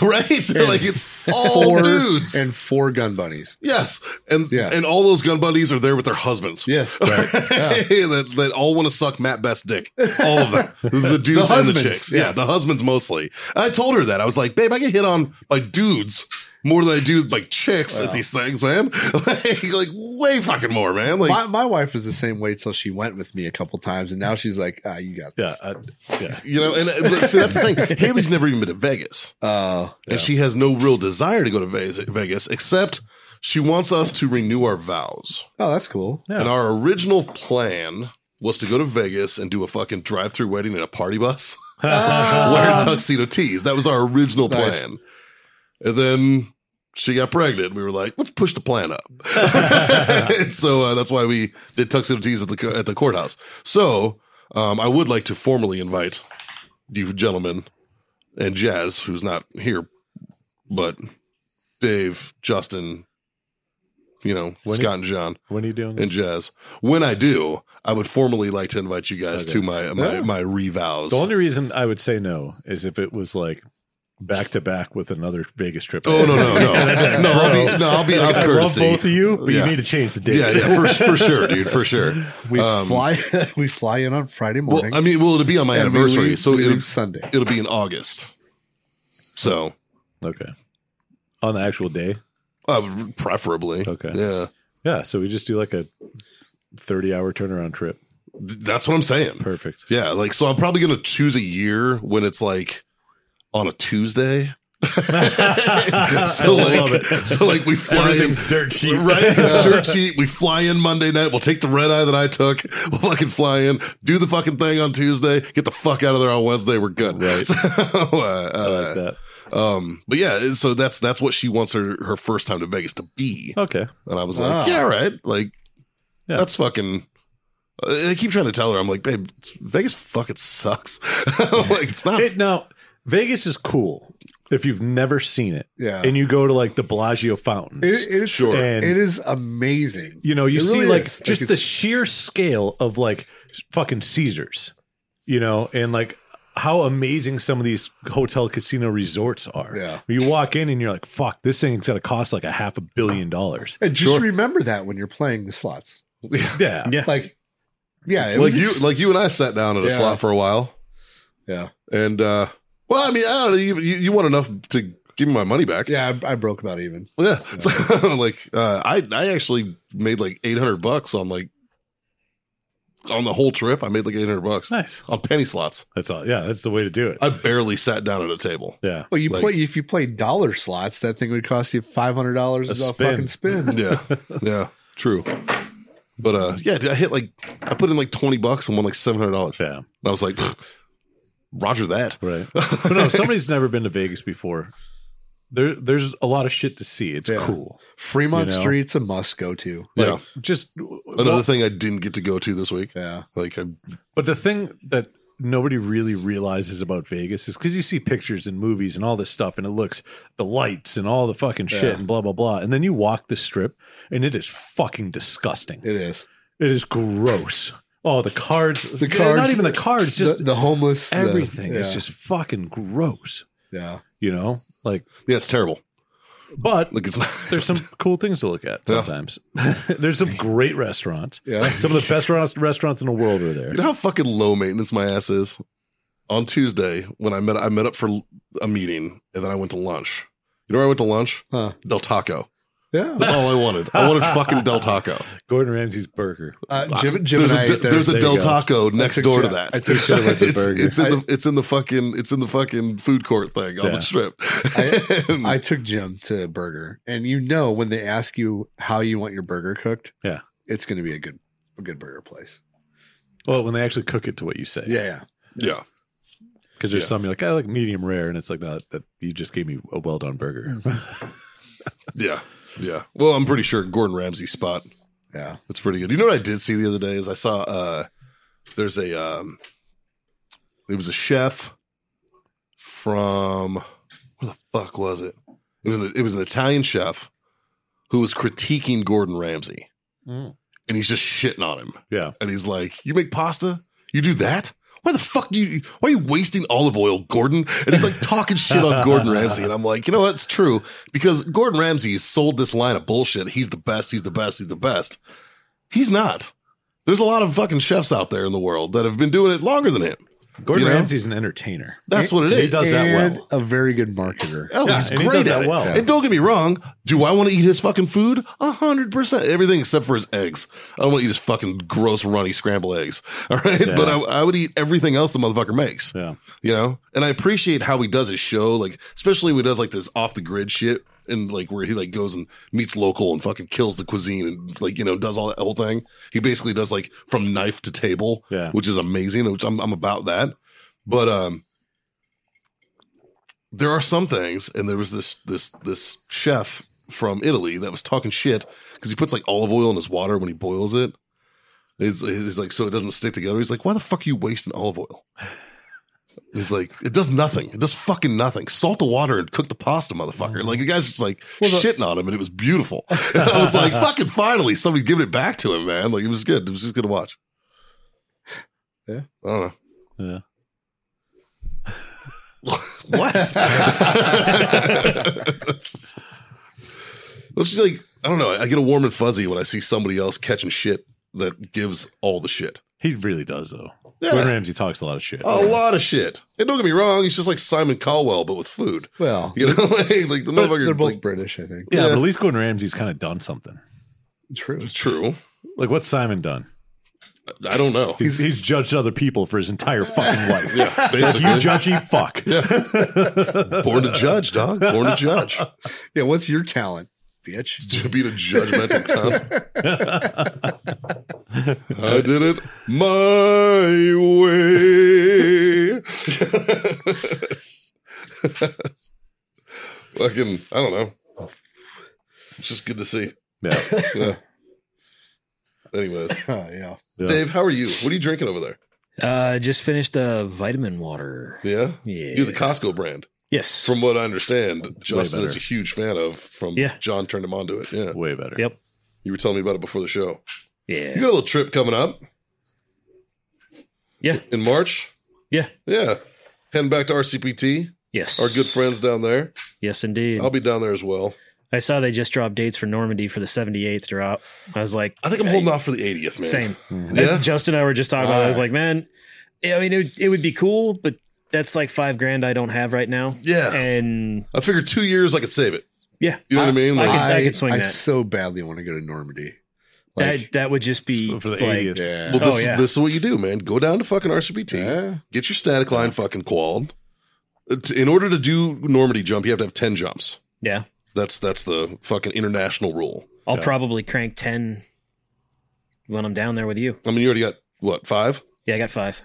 Speaker 1: right? So, like it's all
Speaker 4: four
Speaker 1: dudes.
Speaker 4: and four gun bunnies.
Speaker 1: yes, and
Speaker 4: Yeah.
Speaker 1: and all those gun buddies are there with their husbands.
Speaker 4: Yes,
Speaker 1: that, that all want to suck Matt Best's dick. All of them. The dudes and the
Speaker 4: husbands,
Speaker 1: chicks. Yeah.
Speaker 4: yeah.
Speaker 1: the husbands mostly. I told her that. I was like, babe, I get hit on by dudes more than I do like chicks at these things, man. Like, like, way fucking more, man. Like
Speaker 4: my, my wife was the same way till she went with me a couple times, and now she's like, "Ah, you got
Speaker 5: Yeah,
Speaker 4: this."
Speaker 5: I, yeah.
Speaker 1: you know, and uh, but see that's the thing. Haley's never even been to Vegas.
Speaker 4: Uh,
Speaker 1: And she has no real desire to go to Vegas, Vegas except she wants us to renew our vows.
Speaker 4: oh, that's cool.
Speaker 5: Yeah.
Speaker 1: And our original plan was to go to Vegas and do a fucking drive-through wedding in a party bus. wearing tuxedo tees. That was our original
Speaker 4: Nice.
Speaker 1: plan. And then she got pregnant. We were like, let's push the plan up. and so uh, that's why we did tuxedo tees at the co- at the courthouse. So um, I would like to formally invite you gentlemen and Jazz, who's not here, but Dave, Justin, you know,
Speaker 5: When-
Speaker 1: Scott and John
Speaker 5: When are you doing?
Speaker 1: and
Speaker 5: This?
Speaker 1: Jazz. When I do, I would formally like to invite you guys
Speaker 5: Okay.
Speaker 1: to my my,
Speaker 5: Yeah.
Speaker 1: my revows.
Speaker 5: The only reason I would say no is if it was like back to back with another Vegas trip.
Speaker 1: Oh no no no no! I'll be no I'll be
Speaker 5: Like,
Speaker 1: of
Speaker 5: I love
Speaker 1: courtesy.
Speaker 5: both of you, but
Speaker 1: Yeah.
Speaker 5: you need to change the date.
Speaker 1: Yeah yeah for for sure dude for sure.
Speaker 4: We
Speaker 1: Um,
Speaker 4: fly, we fly in on Friday
Speaker 1: Well,
Speaker 4: morning.
Speaker 1: I mean, well, it'll be on my
Speaker 4: and we
Speaker 1: anniversary,
Speaker 4: leave-
Speaker 1: so
Speaker 4: we
Speaker 1: it'll,
Speaker 4: leave Sunday.
Speaker 1: it'll be in August. So,
Speaker 5: Okay. On the actual day.
Speaker 1: uh, preferably,
Speaker 5: Okay.
Speaker 1: yeah,
Speaker 5: Yeah. So we just do like a 30 hour turnaround trip.
Speaker 1: Th- that's what I'm saying.
Speaker 5: Perfect.
Speaker 1: Yeah, like so, I'm probably gonna choose a year when it's like on a Tuesday. so
Speaker 5: I
Speaker 1: like,
Speaker 5: love it.
Speaker 1: so like we fly in-
Speaker 5: Everything's dirt cheap.
Speaker 1: Right? It's dirt cheap. We fly in Monday night. We'll take the red eye that I took. We'll fucking fly in, do the fucking thing on Tuesday, get the fuck out of there on Wednesday. We're good.
Speaker 5: Right.
Speaker 1: So, uh,
Speaker 5: I like
Speaker 1: uh,
Speaker 5: that.
Speaker 1: um, but yeah, so that's that's what she wants her her first time to Vegas to be.
Speaker 5: Okay.
Speaker 1: And I was like,
Speaker 4: Ah.
Speaker 1: yeah, all right. Like,
Speaker 5: Yeah.
Speaker 1: that's fucking. I keep trying to tell her, I'm like, babe, it's- Vegas fucking sucks. like, it's not.
Speaker 5: It, now, Vegas is cool if you've never seen it
Speaker 4: Yeah,
Speaker 5: and you go to like the Bellagio
Speaker 4: it,
Speaker 5: fountains.
Speaker 4: it's
Speaker 1: Sure.
Speaker 5: And-
Speaker 4: it is amazing.
Speaker 5: you know, you
Speaker 4: It
Speaker 5: see
Speaker 4: really
Speaker 5: like
Speaker 4: is. Like,
Speaker 5: just the
Speaker 4: it's-
Speaker 5: sheer scale of like fucking Caesars, you know, and like how amazing some of these hotel casino resorts are.
Speaker 4: Yeah.
Speaker 5: You walk in and you're like, fuck, this thing's going to cost like a half a billion dollars.
Speaker 4: And just
Speaker 1: Sure.
Speaker 4: remember that when you're playing the slots,
Speaker 5: Yeah.
Speaker 3: Yeah.
Speaker 4: like, yeah, it
Speaker 1: like
Speaker 4: was
Speaker 1: you,
Speaker 4: ex-
Speaker 1: like you and I sat down at a
Speaker 4: Yeah.
Speaker 1: slot for a while.
Speaker 4: yeah,
Speaker 1: And uh well, I mean, I don't know. You, you, you want enough to give me my money back?
Speaker 4: yeah. I, I broke about even.
Speaker 1: yeah. So, like, uh, I I actually made like eight hundred bucks on like on the whole trip. I made like eight hundred bucks
Speaker 5: Nice.
Speaker 1: on penny slots.
Speaker 5: That's all. Yeah. That's the way to do it.
Speaker 1: I barely sat down at a table.
Speaker 5: yeah.
Speaker 4: Well, you
Speaker 1: Like-
Speaker 4: play if you play dollar slots, that thing would cost you five hundred dollars
Speaker 5: A
Speaker 4: a
Speaker 5: spin.
Speaker 4: fucking spin.
Speaker 1: Yeah, yeah, true. But uh, yeah, dude, I hit like I put in like twenty bucks and won like seven hundred dollars.
Speaker 5: Yeah.
Speaker 1: I was like, Roger that.
Speaker 5: Right. but no, if somebody's never been to Vegas before, there there's a lot of shit to see. It's
Speaker 4: Yeah.
Speaker 5: cool.
Speaker 4: Fremont
Speaker 5: You know?
Speaker 4: Street's a must go to.
Speaker 1: Yeah.
Speaker 5: Just
Speaker 1: Another thing I didn't get to go to this week.
Speaker 4: Yeah,
Speaker 1: Like I
Speaker 5: But the thing that nobody really realizes about Vegas is because you see pictures and movies and all this stuff, and it looks the lights and all the fucking shit
Speaker 4: Yeah.
Speaker 5: and blah blah blah, and then you walk the strip, and it is fucking disgusting.
Speaker 4: it is.
Speaker 5: it is gross. Oh, the cards,
Speaker 4: The
Speaker 5: Yeah, not
Speaker 4: cards-
Speaker 5: even the cards, just
Speaker 4: the, the homeless, the-
Speaker 5: everything
Speaker 4: yeah,
Speaker 5: is just fucking gross.
Speaker 4: yeah.
Speaker 5: You know, like
Speaker 1: yeah, it's terrible.
Speaker 5: But
Speaker 1: Look, it's not.
Speaker 5: there's some cool things to look at
Speaker 1: Yeah.
Speaker 5: sometimes. there's some great restaurants.
Speaker 4: Yeah.
Speaker 5: Some of the best restaurants restaurants in the world are there.
Speaker 1: You know how fucking low maintenance my ass is. On Tuesday, when I met, I met up for a meeting, and then I went to lunch. You know where I went to lunch?
Speaker 4: Huh.
Speaker 1: Del Taco.
Speaker 4: Yeah.
Speaker 1: That's all I wanted. I wanted fucking Del Taco.
Speaker 5: Gordon Ramsay's burger.
Speaker 4: Uh, Jim, Jim
Speaker 1: There's
Speaker 4: and I
Speaker 1: a,
Speaker 4: ate there.
Speaker 1: there's a
Speaker 5: There you
Speaker 1: Del
Speaker 5: go.
Speaker 1: Taco next
Speaker 4: took
Speaker 1: door to
Speaker 4: shit-
Speaker 1: that.
Speaker 4: I took shit about the
Speaker 1: it's,
Speaker 4: burger.
Speaker 1: it's in
Speaker 4: I-
Speaker 1: the it's in the fucking it's in the fucking food court thing on
Speaker 5: Yeah.
Speaker 1: the strip.
Speaker 4: I took Jim to burger, and you know when they ask you how you want your burger cooked,
Speaker 5: Yeah.
Speaker 4: it's going to be a good a good burger place.
Speaker 5: Well, when they actually cook it to what you say.
Speaker 4: Yeah, yeah.
Speaker 1: yeah,
Speaker 5: Because there's
Speaker 1: Yeah.
Speaker 5: some you're like, I like medium rare, and it's like, no, that you just gave me a well done burger.
Speaker 1: yeah, yeah. Well, I'm pretty sure Gordon Ramsay's spot.
Speaker 4: Yeah.
Speaker 1: That's pretty good. You know what I did see the other day is I saw uh there's a um it was a chef from where the fuck was it? It was an, it was an Italian chef who was critiquing Gordon Ramsay
Speaker 5: Mm.
Speaker 1: and he's just shitting on him.
Speaker 5: Yeah.
Speaker 1: And he's like, "You make pasta? You do that? Why the fuck do you? Why are you wasting olive oil, Gordon?" And he's like talking shit on Gordon Ramsay, and I'm like, you know what? It's true because Gordon Ramsay sold this line of bullshit. He's the best. He's the best. He's the best. He's not. There's a lot of fucking chefs out there in the world that have been doing it longer than him.
Speaker 5: Gordon
Speaker 1: You know?
Speaker 5: Ramsay's an entertainer.
Speaker 1: That's what it is.
Speaker 5: He does that well.
Speaker 4: And a very good marketer.
Speaker 1: Oh,
Speaker 5: Yeah,
Speaker 1: he's
Speaker 5: and he
Speaker 1: great
Speaker 5: does
Speaker 1: at
Speaker 5: that
Speaker 1: it.
Speaker 5: well.
Speaker 1: And don't get me wrong, do I want to eat his fucking food? A hundred percent, everything except for his eggs. I don't want to eat his fucking gross, runny scrambled eggs. All right,
Speaker 5: Yeah.
Speaker 1: but I, I would eat everything else the motherfucker makes.
Speaker 5: Yeah.
Speaker 1: You know, and I appreciate how he does his show, like especially when he does like this off the grid shit, and like where he like goes and meets local and fucking kills the cuisine and like you know does all that whole thing. He basically does like from knife to table,
Speaker 5: Yeah.
Speaker 1: which is amazing. Which I'm I'm about that, but um, there are some things, and there was this this this chef from Italy that was talking shit because he puts like olive oil in his water when he boils it. He's, he's like, so it doesn't stick together. He's like, why the fuck are you wasting olive oil? He's like, it does nothing. It does fucking nothing. Salt the water and cook the pasta,
Speaker 4: Uh-huh.
Speaker 1: motherfucker. Like the guy's just like shitting on him, and it was beautiful. And I was like, fucking finally, somebody giving it back to him, man. Like it was good. It was just good to watch.
Speaker 4: Yeah.
Speaker 1: I don't know.
Speaker 5: Yeah.
Speaker 1: What? it's just like I don't know. I get a warm and fuzzy when I see somebody else catching shit that gives all the shit.
Speaker 5: He really does, though.
Speaker 1: Yeah. Oh,
Speaker 5: Gordon Ramsay talks a lot of shit.
Speaker 1: A lot of shit. And don't get me wrong, he's just like Simon Cowell, but with food.
Speaker 4: Well,
Speaker 1: You know, like, like the motherfucker.
Speaker 4: they're both
Speaker 1: like,
Speaker 4: British, I think.
Speaker 5: yeah,
Speaker 1: yeah.
Speaker 5: but at least Gordon Ramsay's kind of done something.
Speaker 4: True.
Speaker 1: it's true.
Speaker 5: Like, what's Simon done?
Speaker 1: I don't know.
Speaker 5: He's, he's judged other people for his entire fucking life.
Speaker 1: yeah,
Speaker 5: You
Speaker 1: basically.
Speaker 5: judgy fuck.
Speaker 1: Born to judge, dog. Born to judge.
Speaker 4: Yeah. What's your talent, bitch?
Speaker 1: To be the judgmental cunt. I did it my way. Fucking, I don't know. It's just good to see.
Speaker 5: Yeah.
Speaker 1: Yeah. Anyways,
Speaker 4: Oh, yeah.
Speaker 5: Yeah.
Speaker 1: Dave, how are you? What are you drinking over there?
Speaker 3: Uh, just finished uh, vitamin water.
Speaker 1: Yeah,
Speaker 3: Yeah.
Speaker 1: you're the Costco brand,
Speaker 3: yes.
Speaker 1: from what I understand. Justin is
Speaker 5: better.
Speaker 1: a huge fan of. From
Speaker 3: Yeah.
Speaker 1: John turned him on to it. Yeah,
Speaker 5: Way better.
Speaker 3: yep.
Speaker 1: you were telling me about it before the show. You
Speaker 3: Yeah.
Speaker 1: got a little trip coming up
Speaker 3: Yeah.
Speaker 1: in March.
Speaker 3: Yeah.
Speaker 1: Yeah. Heading back to RCPT,
Speaker 3: Yes.
Speaker 1: our good friends down there.
Speaker 3: Yes, indeed.
Speaker 1: I'll be down there as well.
Speaker 3: I saw they just dropped dates for Normandy for the 78th drop. I was like,
Speaker 1: I think I'm holding off for the 80th, man. Mm-hmm.
Speaker 3: same.
Speaker 1: Yeah.
Speaker 3: Justin and I were just talking about it. I was
Speaker 4: All
Speaker 3: like, man, I mean, it, it would be cool, but that's like five grand I don't have right now.
Speaker 1: Yeah.
Speaker 3: And
Speaker 1: I figured two years I could save it.
Speaker 3: yeah,
Speaker 1: You know what I mean?
Speaker 3: I
Speaker 1: Like,
Speaker 3: could- I could swing
Speaker 4: I
Speaker 3: that.
Speaker 4: so badly want to go to Normandy.
Speaker 3: that, that would just be
Speaker 5: For the
Speaker 3: like,
Speaker 5: 80th.
Speaker 4: yeah.
Speaker 1: well, this,
Speaker 3: Oh,
Speaker 1: is
Speaker 3: yeah.
Speaker 1: this is what you do, man. Go down to fucking RCPT.
Speaker 4: yeah.
Speaker 1: Get your static line fucking qualled. It's- in order to do Normandy jump, you have to have 10 jumps.
Speaker 3: yeah,
Speaker 1: That's that's the fucking international rule.
Speaker 3: I'll
Speaker 5: Yeah.
Speaker 3: probably crank 10 when I'm down there with you.
Speaker 1: I mean, you already got what five,
Speaker 3: Yeah, I got five.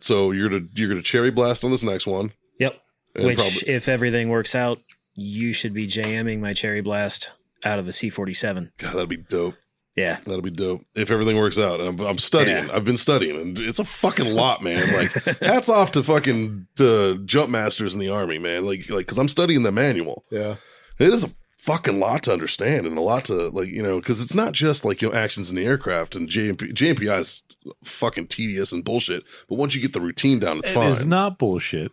Speaker 1: so you're gonna you're gonna cherry blast on this next one.
Speaker 3: Yep.
Speaker 1: And
Speaker 3: Which,
Speaker 1: probably-
Speaker 3: if everything works out, you should be jamming my Cherry Blast out of a C47.
Speaker 1: God, that'd be dope.
Speaker 3: Yeah.
Speaker 1: That'll be dope if everything works out. I'm, I'm studying.
Speaker 3: Yeah.
Speaker 1: I've been studying, and it's a fucking lot, man. Like, hats off to fucking to jump masters in the army, man. Like, like because I'm studying the manual.
Speaker 4: Yeah.
Speaker 1: It is a fucking lot to understand and a lot to like, you know, because it's not just like you know actions in the aircraft and JMP, JMPI is fucking tedious and bullshit. But once you get the routine down, it's
Speaker 5: It
Speaker 1: fine.
Speaker 5: is not bullshit.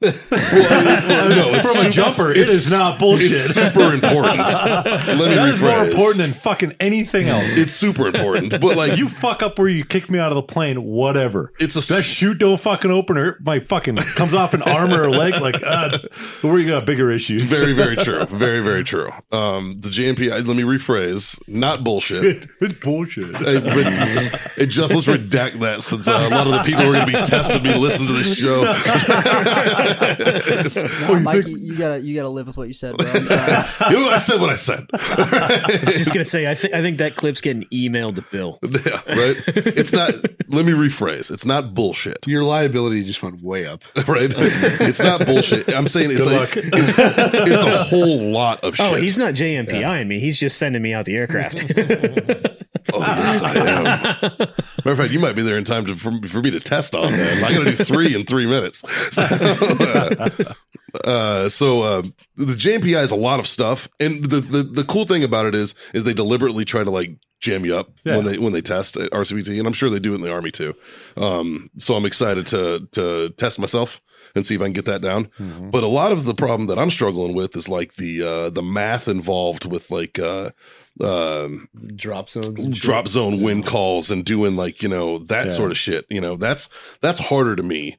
Speaker 1: Well, no, it's
Speaker 5: From
Speaker 1: super-
Speaker 5: a jumper, it
Speaker 1: it's-
Speaker 5: is not bullshit.
Speaker 1: It's super important. Let me
Speaker 5: That is more
Speaker 1: rephrase.
Speaker 5: important than fucking anything else.
Speaker 1: It's super important, but like
Speaker 5: you fuck up where you kick me out of the plane, whatever.
Speaker 1: It's a
Speaker 5: that
Speaker 1: s-
Speaker 5: shoot don't fucking open or my fucking comes off an arm or a leg. Like, uh, where you got bigger issues?
Speaker 1: very very true, very very true. Um, the GMP. I- Let me rephrase. Not bullshit.
Speaker 5: it's bullshit.
Speaker 1: Hey, but- hey, just let's redact that since uh, a lot of the people who are going to be testing me listen to this show.
Speaker 6: Nah, Mikey, you gotta you gotta live with what you said, bro. I'm sorry.
Speaker 1: You know, I said what I said.
Speaker 3: I was just gonna say, I think I think that clip's getting emailed to Bill.
Speaker 1: Yeah, right. It's not. Let me rephrase. It's not bullshit.
Speaker 4: Your liability just went way up.
Speaker 1: Right. It's not bullshit. I'm saying it's
Speaker 5: Good
Speaker 1: like
Speaker 5: luck.
Speaker 1: it's, it's a whole lot of shit.
Speaker 3: Oh, he's not JMPIing me. He's just sending me out the aircraft.
Speaker 1: Oh, yes, I am. Matter of fact, you might be there in time to, for, for me to test on. Man. I'm going to do three in three minutes. So, uh, uh, so uh, the JMPI is a lot of stuff, and the, the the cool thing about it is is they deliberately try to like jam you up
Speaker 5: Yeah.
Speaker 1: when they when they test at RCBT, and I'm sure they do it in the army too. Um, so I'm excited to to test myself and see if I can get that down. But a lot of the problem that I'm struggling with is like the uh, the math involved with like. Uh, um,
Speaker 4: Drop zones. and shit.
Speaker 1: drop zone win calls and doing like you know that
Speaker 5: Yeah.
Speaker 1: sort of shit. You know that's that's harder to me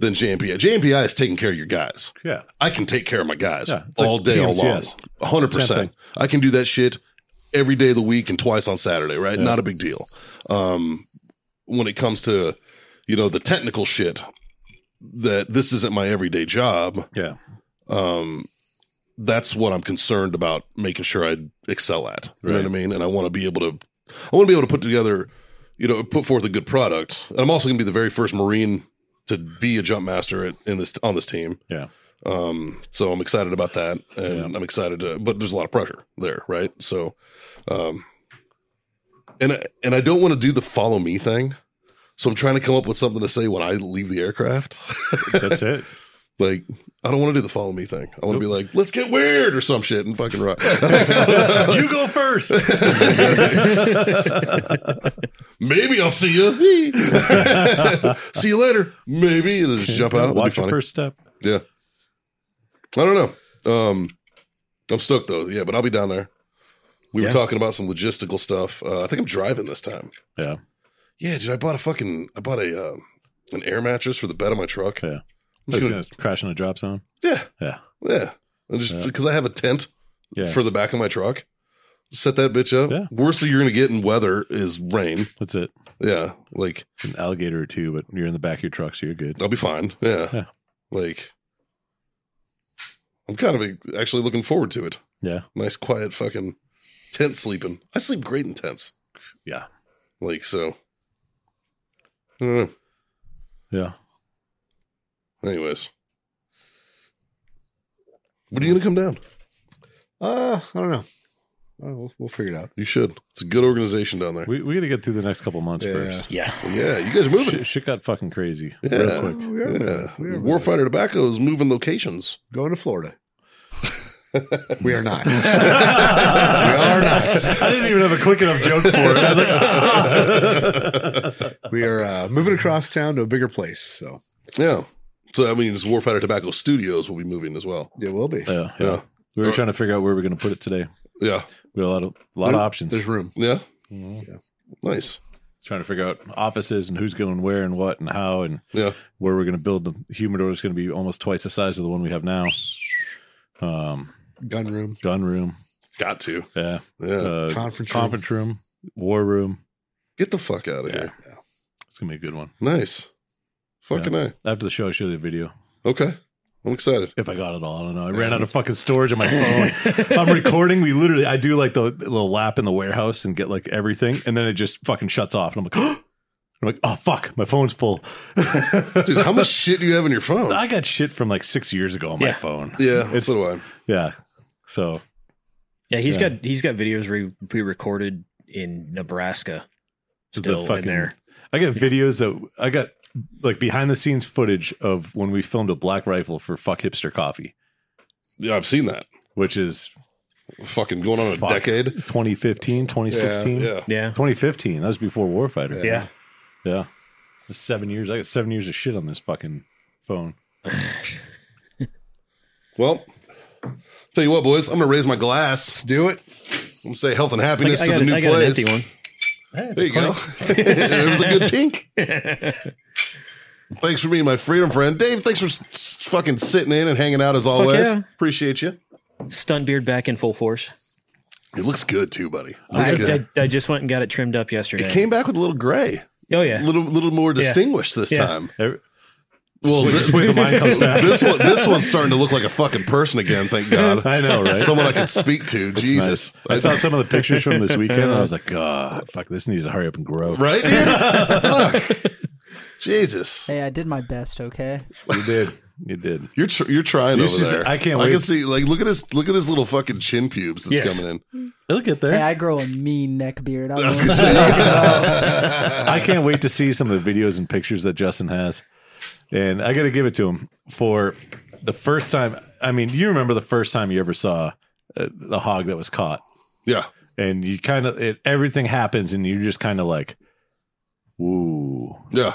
Speaker 1: than JMPI. JMPI is taking care of your guys.
Speaker 5: Yeah.
Speaker 1: I can take care of my guys
Speaker 5: Yeah, it's
Speaker 1: all
Speaker 5: like
Speaker 1: day, all long,
Speaker 5: GMCS.
Speaker 1: hundred
Speaker 5: Same
Speaker 1: percent.
Speaker 5: thing.
Speaker 1: I can do that shit every day of the week and twice on Saturday. Right, not a big deal. Um, when it comes to you know the technical shit, that this isn't my everyday job.
Speaker 5: Yeah.
Speaker 1: Um, that's what I'm concerned about making sure I excel at. You know
Speaker 5: Right.
Speaker 1: what I mean? And I want to be able to, I want to be able to put together, you know, put forth a good product. And I'm also going to be the very first Marine to be a jump master at, in this on this team.
Speaker 5: Yeah.
Speaker 1: Um, so I'm excited about that, and I'm excited to. But there's a lot of pressure there, right? So, um, and I, and I don't want to do the follow me thing. So I'm trying to come up with something to say when I leave the aircraft.
Speaker 5: That's it.
Speaker 1: Like, I don't want to do the follow me thing. I want to be like, let's get weird or some shit and fucking rock. You-
Speaker 5: you go first.
Speaker 1: Maybe I'll see you. see you later. Maybe. And then just jump out. That'd be
Speaker 5: Watch
Speaker 1: funny.
Speaker 5: your first step.
Speaker 1: Yeah. I don't know. Um, I'm stoked though. Yeah, but I'll be down there. We
Speaker 3: Yeah.
Speaker 1: were talking about some logistical stuff. Uh, I think I'm driving this time.
Speaker 5: Yeah.
Speaker 1: Yeah, dude, I bought a fucking, I bought a, uh, an air mattress for the bed of my truck.
Speaker 5: Yeah.
Speaker 1: I'm just gonna,
Speaker 5: Just crash in a drop zone.
Speaker 1: yeah,
Speaker 5: Yeah.
Speaker 1: yeah. And just because I have a tent
Speaker 5: Yeah.
Speaker 1: for the back of my truck. Set that bitch up.
Speaker 5: Yeah.
Speaker 1: Worst that you're gonna get in weather is rain.
Speaker 5: That's it.
Speaker 1: Yeah, like
Speaker 5: An alligator or two, but you're in the back of your truck, so you're good.
Speaker 1: I'll be fine. Yeah,
Speaker 5: Yeah.
Speaker 1: like I'm kind of actually looking forward to it.
Speaker 5: Yeah.
Speaker 1: Nice quiet fucking tent sleeping. I sleep great in tents.
Speaker 5: Yeah.
Speaker 1: Like so. I don't know.
Speaker 5: Yeah.
Speaker 1: Anyways, when are you gonna come down?
Speaker 4: Uh, I don't know. I don't know. We'll, we'll figure it out.
Speaker 1: You should. It's a good organization down there.
Speaker 5: We we gotta get through the next couple months
Speaker 4: Yeah.
Speaker 5: first.
Speaker 3: yeah.
Speaker 1: yeah, you guys are moving.
Speaker 5: Shit, shit got fucking crazy.
Speaker 1: Yeah.
Speaker 5: Real quick.
Speaker 4: We are moving.
Speaker 1: Yeah.
Speaker 4: We are moving.
Speaker 1: Warfighter Tobacco is moving locations.
Speaker 4: Going to Florida. we are not. we are not.
Speaker 5: I didn't even have a quick enough joke for it. I was like,
Speaker 4: We are uh, moving across town to a bigger place. So
Speaker 1: Yeah. So that means Warfighter Tobacco Studios will be moving as well.
Speaker 4: it will be.
Speaker 5: yeah, yeah.
Speaker 1: Yeah.
Speaker 5: We were trying to figure out where we're going to put it today.
Speaker 1: Yeah.
Speaker 5: We had a lot of lot of options.
Speaker 4: There's room.
Speaker 1: Yeah. Mm-hmm. Nice.
Speaker 5: Trying to figure out offices and who's going where and what and how and
Speaker 1: Yeah.
Speaker 5: where we're going to build the humidor is going to be almost twice the size of the one we have now. Um,
Speaker 4: Gun room.
Speaker 5: gun room,
Speaker 1: Got to.
Speaker 5: yeah,
Speaker 1: Yeah.
Speaker 5: uh,
Speaker 4: Conference room.
Speaker 5: conference room, war room.
Speaker 1: Get the fuck out of here.
Speaker 5: It's going to be a good one.
Speaker 1: Nice. Fucking
Speaker 5: After the show, I'll show you the video.
Speaker 1: I. Okay. I'm excited.
Speaker 5: If I got it all, I don't know. I ran out of fucking storage on my phone. I'm recording. We literally, I do like the little lap in the warehouse and get like everything, and then it just fucking shuts off, and I'm like, I'm like, oh fuck, my phone's full.
Speaker 1: Dude, how much shit do you have in your phone?
Speaker 5: I got shit from like six years ago on my
Speaker 3: Yeah.
Speaker 5: phone.
Speaker 1: yeah.
Speaker 5: It's-
Speaker 1: so do I.
Speaker 5: Yeah, so
Speaker 3: Yeah, he's
Speaker 5: Yeah.
Speaker 3: got he's got videos re- pre-recorded in Nebraska, still in there.
Speaker 5: I got videos that I got like behind the scenes footage of when we filmed a Black Rifle for Fuck Hipster Coffee,
Speaker 1: Yeah, I've seen that.
Speaker 5: which is
Speaker 1: Fucking going on a
Speaker 5: fuck,
Speaker 1: decade.
Speaker 5: 2015, 2016.
Speaker 1: Yeah.
Speaker 3: Yeah,
Speaker 5: 2015. That was before Warfighter.
Speaker 3: yeah.
Speaker 5: Yeah. That's seven years. I got seven years of shit on this fucking phone.
Speaker 1: Well, tell you what, boys, I'm gonna raise my glass.
Speaker 4: Let's do it.
Speaker 1: I'm gonna say health and
Speaker 3: I,
Speaker 1: happiness
Speaker 3: I
Speaker 1: to
Speaker 3: got,
Speaker 1: the
Speaker 3: a-
Speaker 1: new
Speaker 3: I got an
Speaker 1: place.
Speaker 3: empty one.
Speaker 1: There you go. it was a good pink. thanks for being my freedom friend, Dave. Thanks for s- s- fucking sitting in and hanging out as always.
Speaker 3: yeah.
Speaker 1: Appreciate you.
Speaker 3: Stun beard back in full force.
Speaker 1: It looks good too, buddy. Looks
Speaker 3: I,
Speaker 1: good.
Speaker 3: I, I just went and got it trimmed up yesterday.
Speaker 1: it came back with a little gray,
Speaker 3: oh
Speaker 1: a
Speaker 3: yeah,
Speaker 1: little little more distinguished this
Speaker 3: Yeah.
Speaker 1: time.
Speaker 5: Every-
Speaker 1: Well,
Speaker 5: Wait,
Speaker 1: this,
Speaker 5: wait, the mind comes back.
Speaker 1: this one this one's starting to look like a fucking person again. Thank God.
Speaker 5: I know, right?
Speaker 1: Someone I could speak to.
Speaker 5: It's
Speaker 1: Jesus,
Speaker 5: nice. I saw some of the pictures from this weekend, and I was like, God, fuck, this needs to hurry up and grow.
Speaker 1: right, dude. Fuck. Jesus,
Speaker 6: Hey, I did my best, okay?
Speaker 5: You did. You did.
Speaker 1: you're tr- you're trying
Speaker 5: You
Speaker 1: over
Speaker 5: should-
Speaker 1: there.
Speaker 5: I can't
Speaker 1: I
Speaker 5: wait.
Speaker 1: can see. Like, look at his look at his little fucking chin pubes that's
Speaker 5: Yes.
Speaker 1: coming in.
Speaker 5: It'll get there.
Speaker 6: Hey, I grow a mean neck beard. I'm
Speaker 1: was gonna
Speaker 5: I can't wait to see some of the videos and pictures that Justin has. And I got to give it to him for the first time. I mean, you remember the first time you ever saw uh, the hog that was caught,
Speaker 1: Yeah.
Speaker 5: and you kind of it, everything happens, and you're just kind of like, "Ooh,
Speaker 1: Yeah.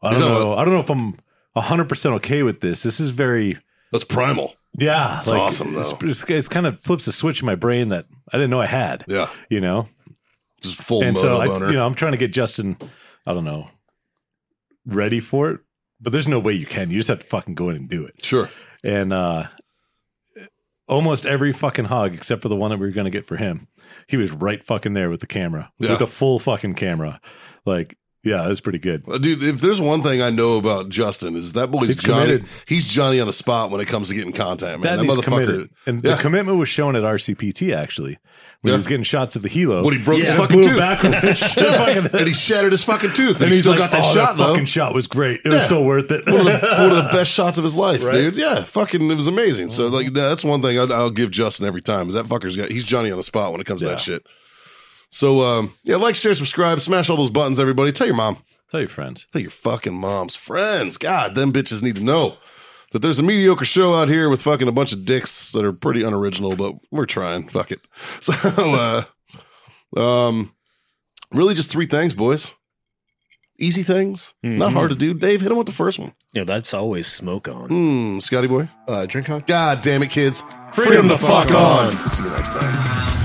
Speaker 5: I
Speaker 1: Is
Speaker 5: don't
Speaker 1: that
Speaker 5: know. I don't know if I'm 100 percent okay with this. This is very."
Speaker 1: That's primal.
Speaker 5: Yeah,
Speaker 1: It's awesome,
Speaker 5: It's,
Speaker 1: though.
Speaker 5: it's, it's kind of flips a switch in my brain that I didn't know I had.
Speaker 1: Yeah.
Speaker 5: You know,
Speaker 1: Just full
Speaker 5: and
Speaker 1: moto
Speaker 5: so I,
Speaker 1: boner.
Speaker 5: you know, I'm trying to get Justin. I don't know, ready for it, but there's no way you can. You just have to fucking go in and do it.
Speaker 1: sure.
Speaker 5: And uh almost every fucking hog, except for the one that we were going to get for him, he was right fucking there with the camera,
Speaker 1: Yeah.
Speaker 5: with the full fucking camera. Like, yeah, it was pretty good.
Speaker 1: Uh, Dude, if there's one thing I know about Justin is that boy's
Speaker 5: He's
Speaker 1: Johnny.
Speaker 5: committed.
Speaker 1: He's Johnny on the spot when it comes to getting contact, man.
Speaker 5: That,
Speaker 1: That,
Speaker 5: he's
Speaker 1: motherfucker.
Speaker 5: committed, and
Speaker 1: Yeah.
Speaker 5: the commitment was shown at RCPT actually
Speaker 1: Yeah.
Speaker 5: when he was getting shots at the Hilo.
Speaker 1: When he broke his
Speaker 5: Yeah,
Speaker 1: fucking
Speaker 5: blew
Speaker 1: tooth.
Speaker 5: backwards.
Speaker 1: and he shattered his fucking tooth, and,
Speaker 5: And
Speaker 1: he
Speaker 5: he's
Speaker 1: still
Speaker 5: like,
Speaker 1: got that
Speaker 5: "Oh,
Speaker 1: shot though.
Speaker 5: Fucking shot was great. It was
Speaker 1: Yeah.
Speaker 5: so worth it.
Speaker 1: one, of the, one of the best shots of his life,
Speaker 5: Right? Mm-hmm.
Speaker 1: dude. Yeah, fucking, it was amazing. So like, that's one thing I'll, I'll give Justin every time. Is that fucker's got he's Johnny on the spot when it comes to
Speaker 5: Yeah.
Speaker 1: that shit. So um, yeah, like, share, subscribe, smash all those buttons, everybody. Tell your mom,
Speaker 5: Tell your friends.
Speaker 1: tell your fucking mom's friends. God, them bitches need to know that there's a mediocre show out here with fucking a bunch of dicks that are pretty unoriginal, but we're trying. Fuck it. So, uh, um, really, just three things, boys. Easy things, not hard to do.
Speaker 5: Mm-hmm.
Speaker 1: Dave, hit him with the first one.
Speaker 3: Yeah, that's always smoke on.
Speaker 1: Hmm, Scotty boy.
Speaker 4: Uh, drink on.
Speaker 1: God damn it, kids.
Speaker 5: Freedom the fuck on.
Speaker 1: See you next time.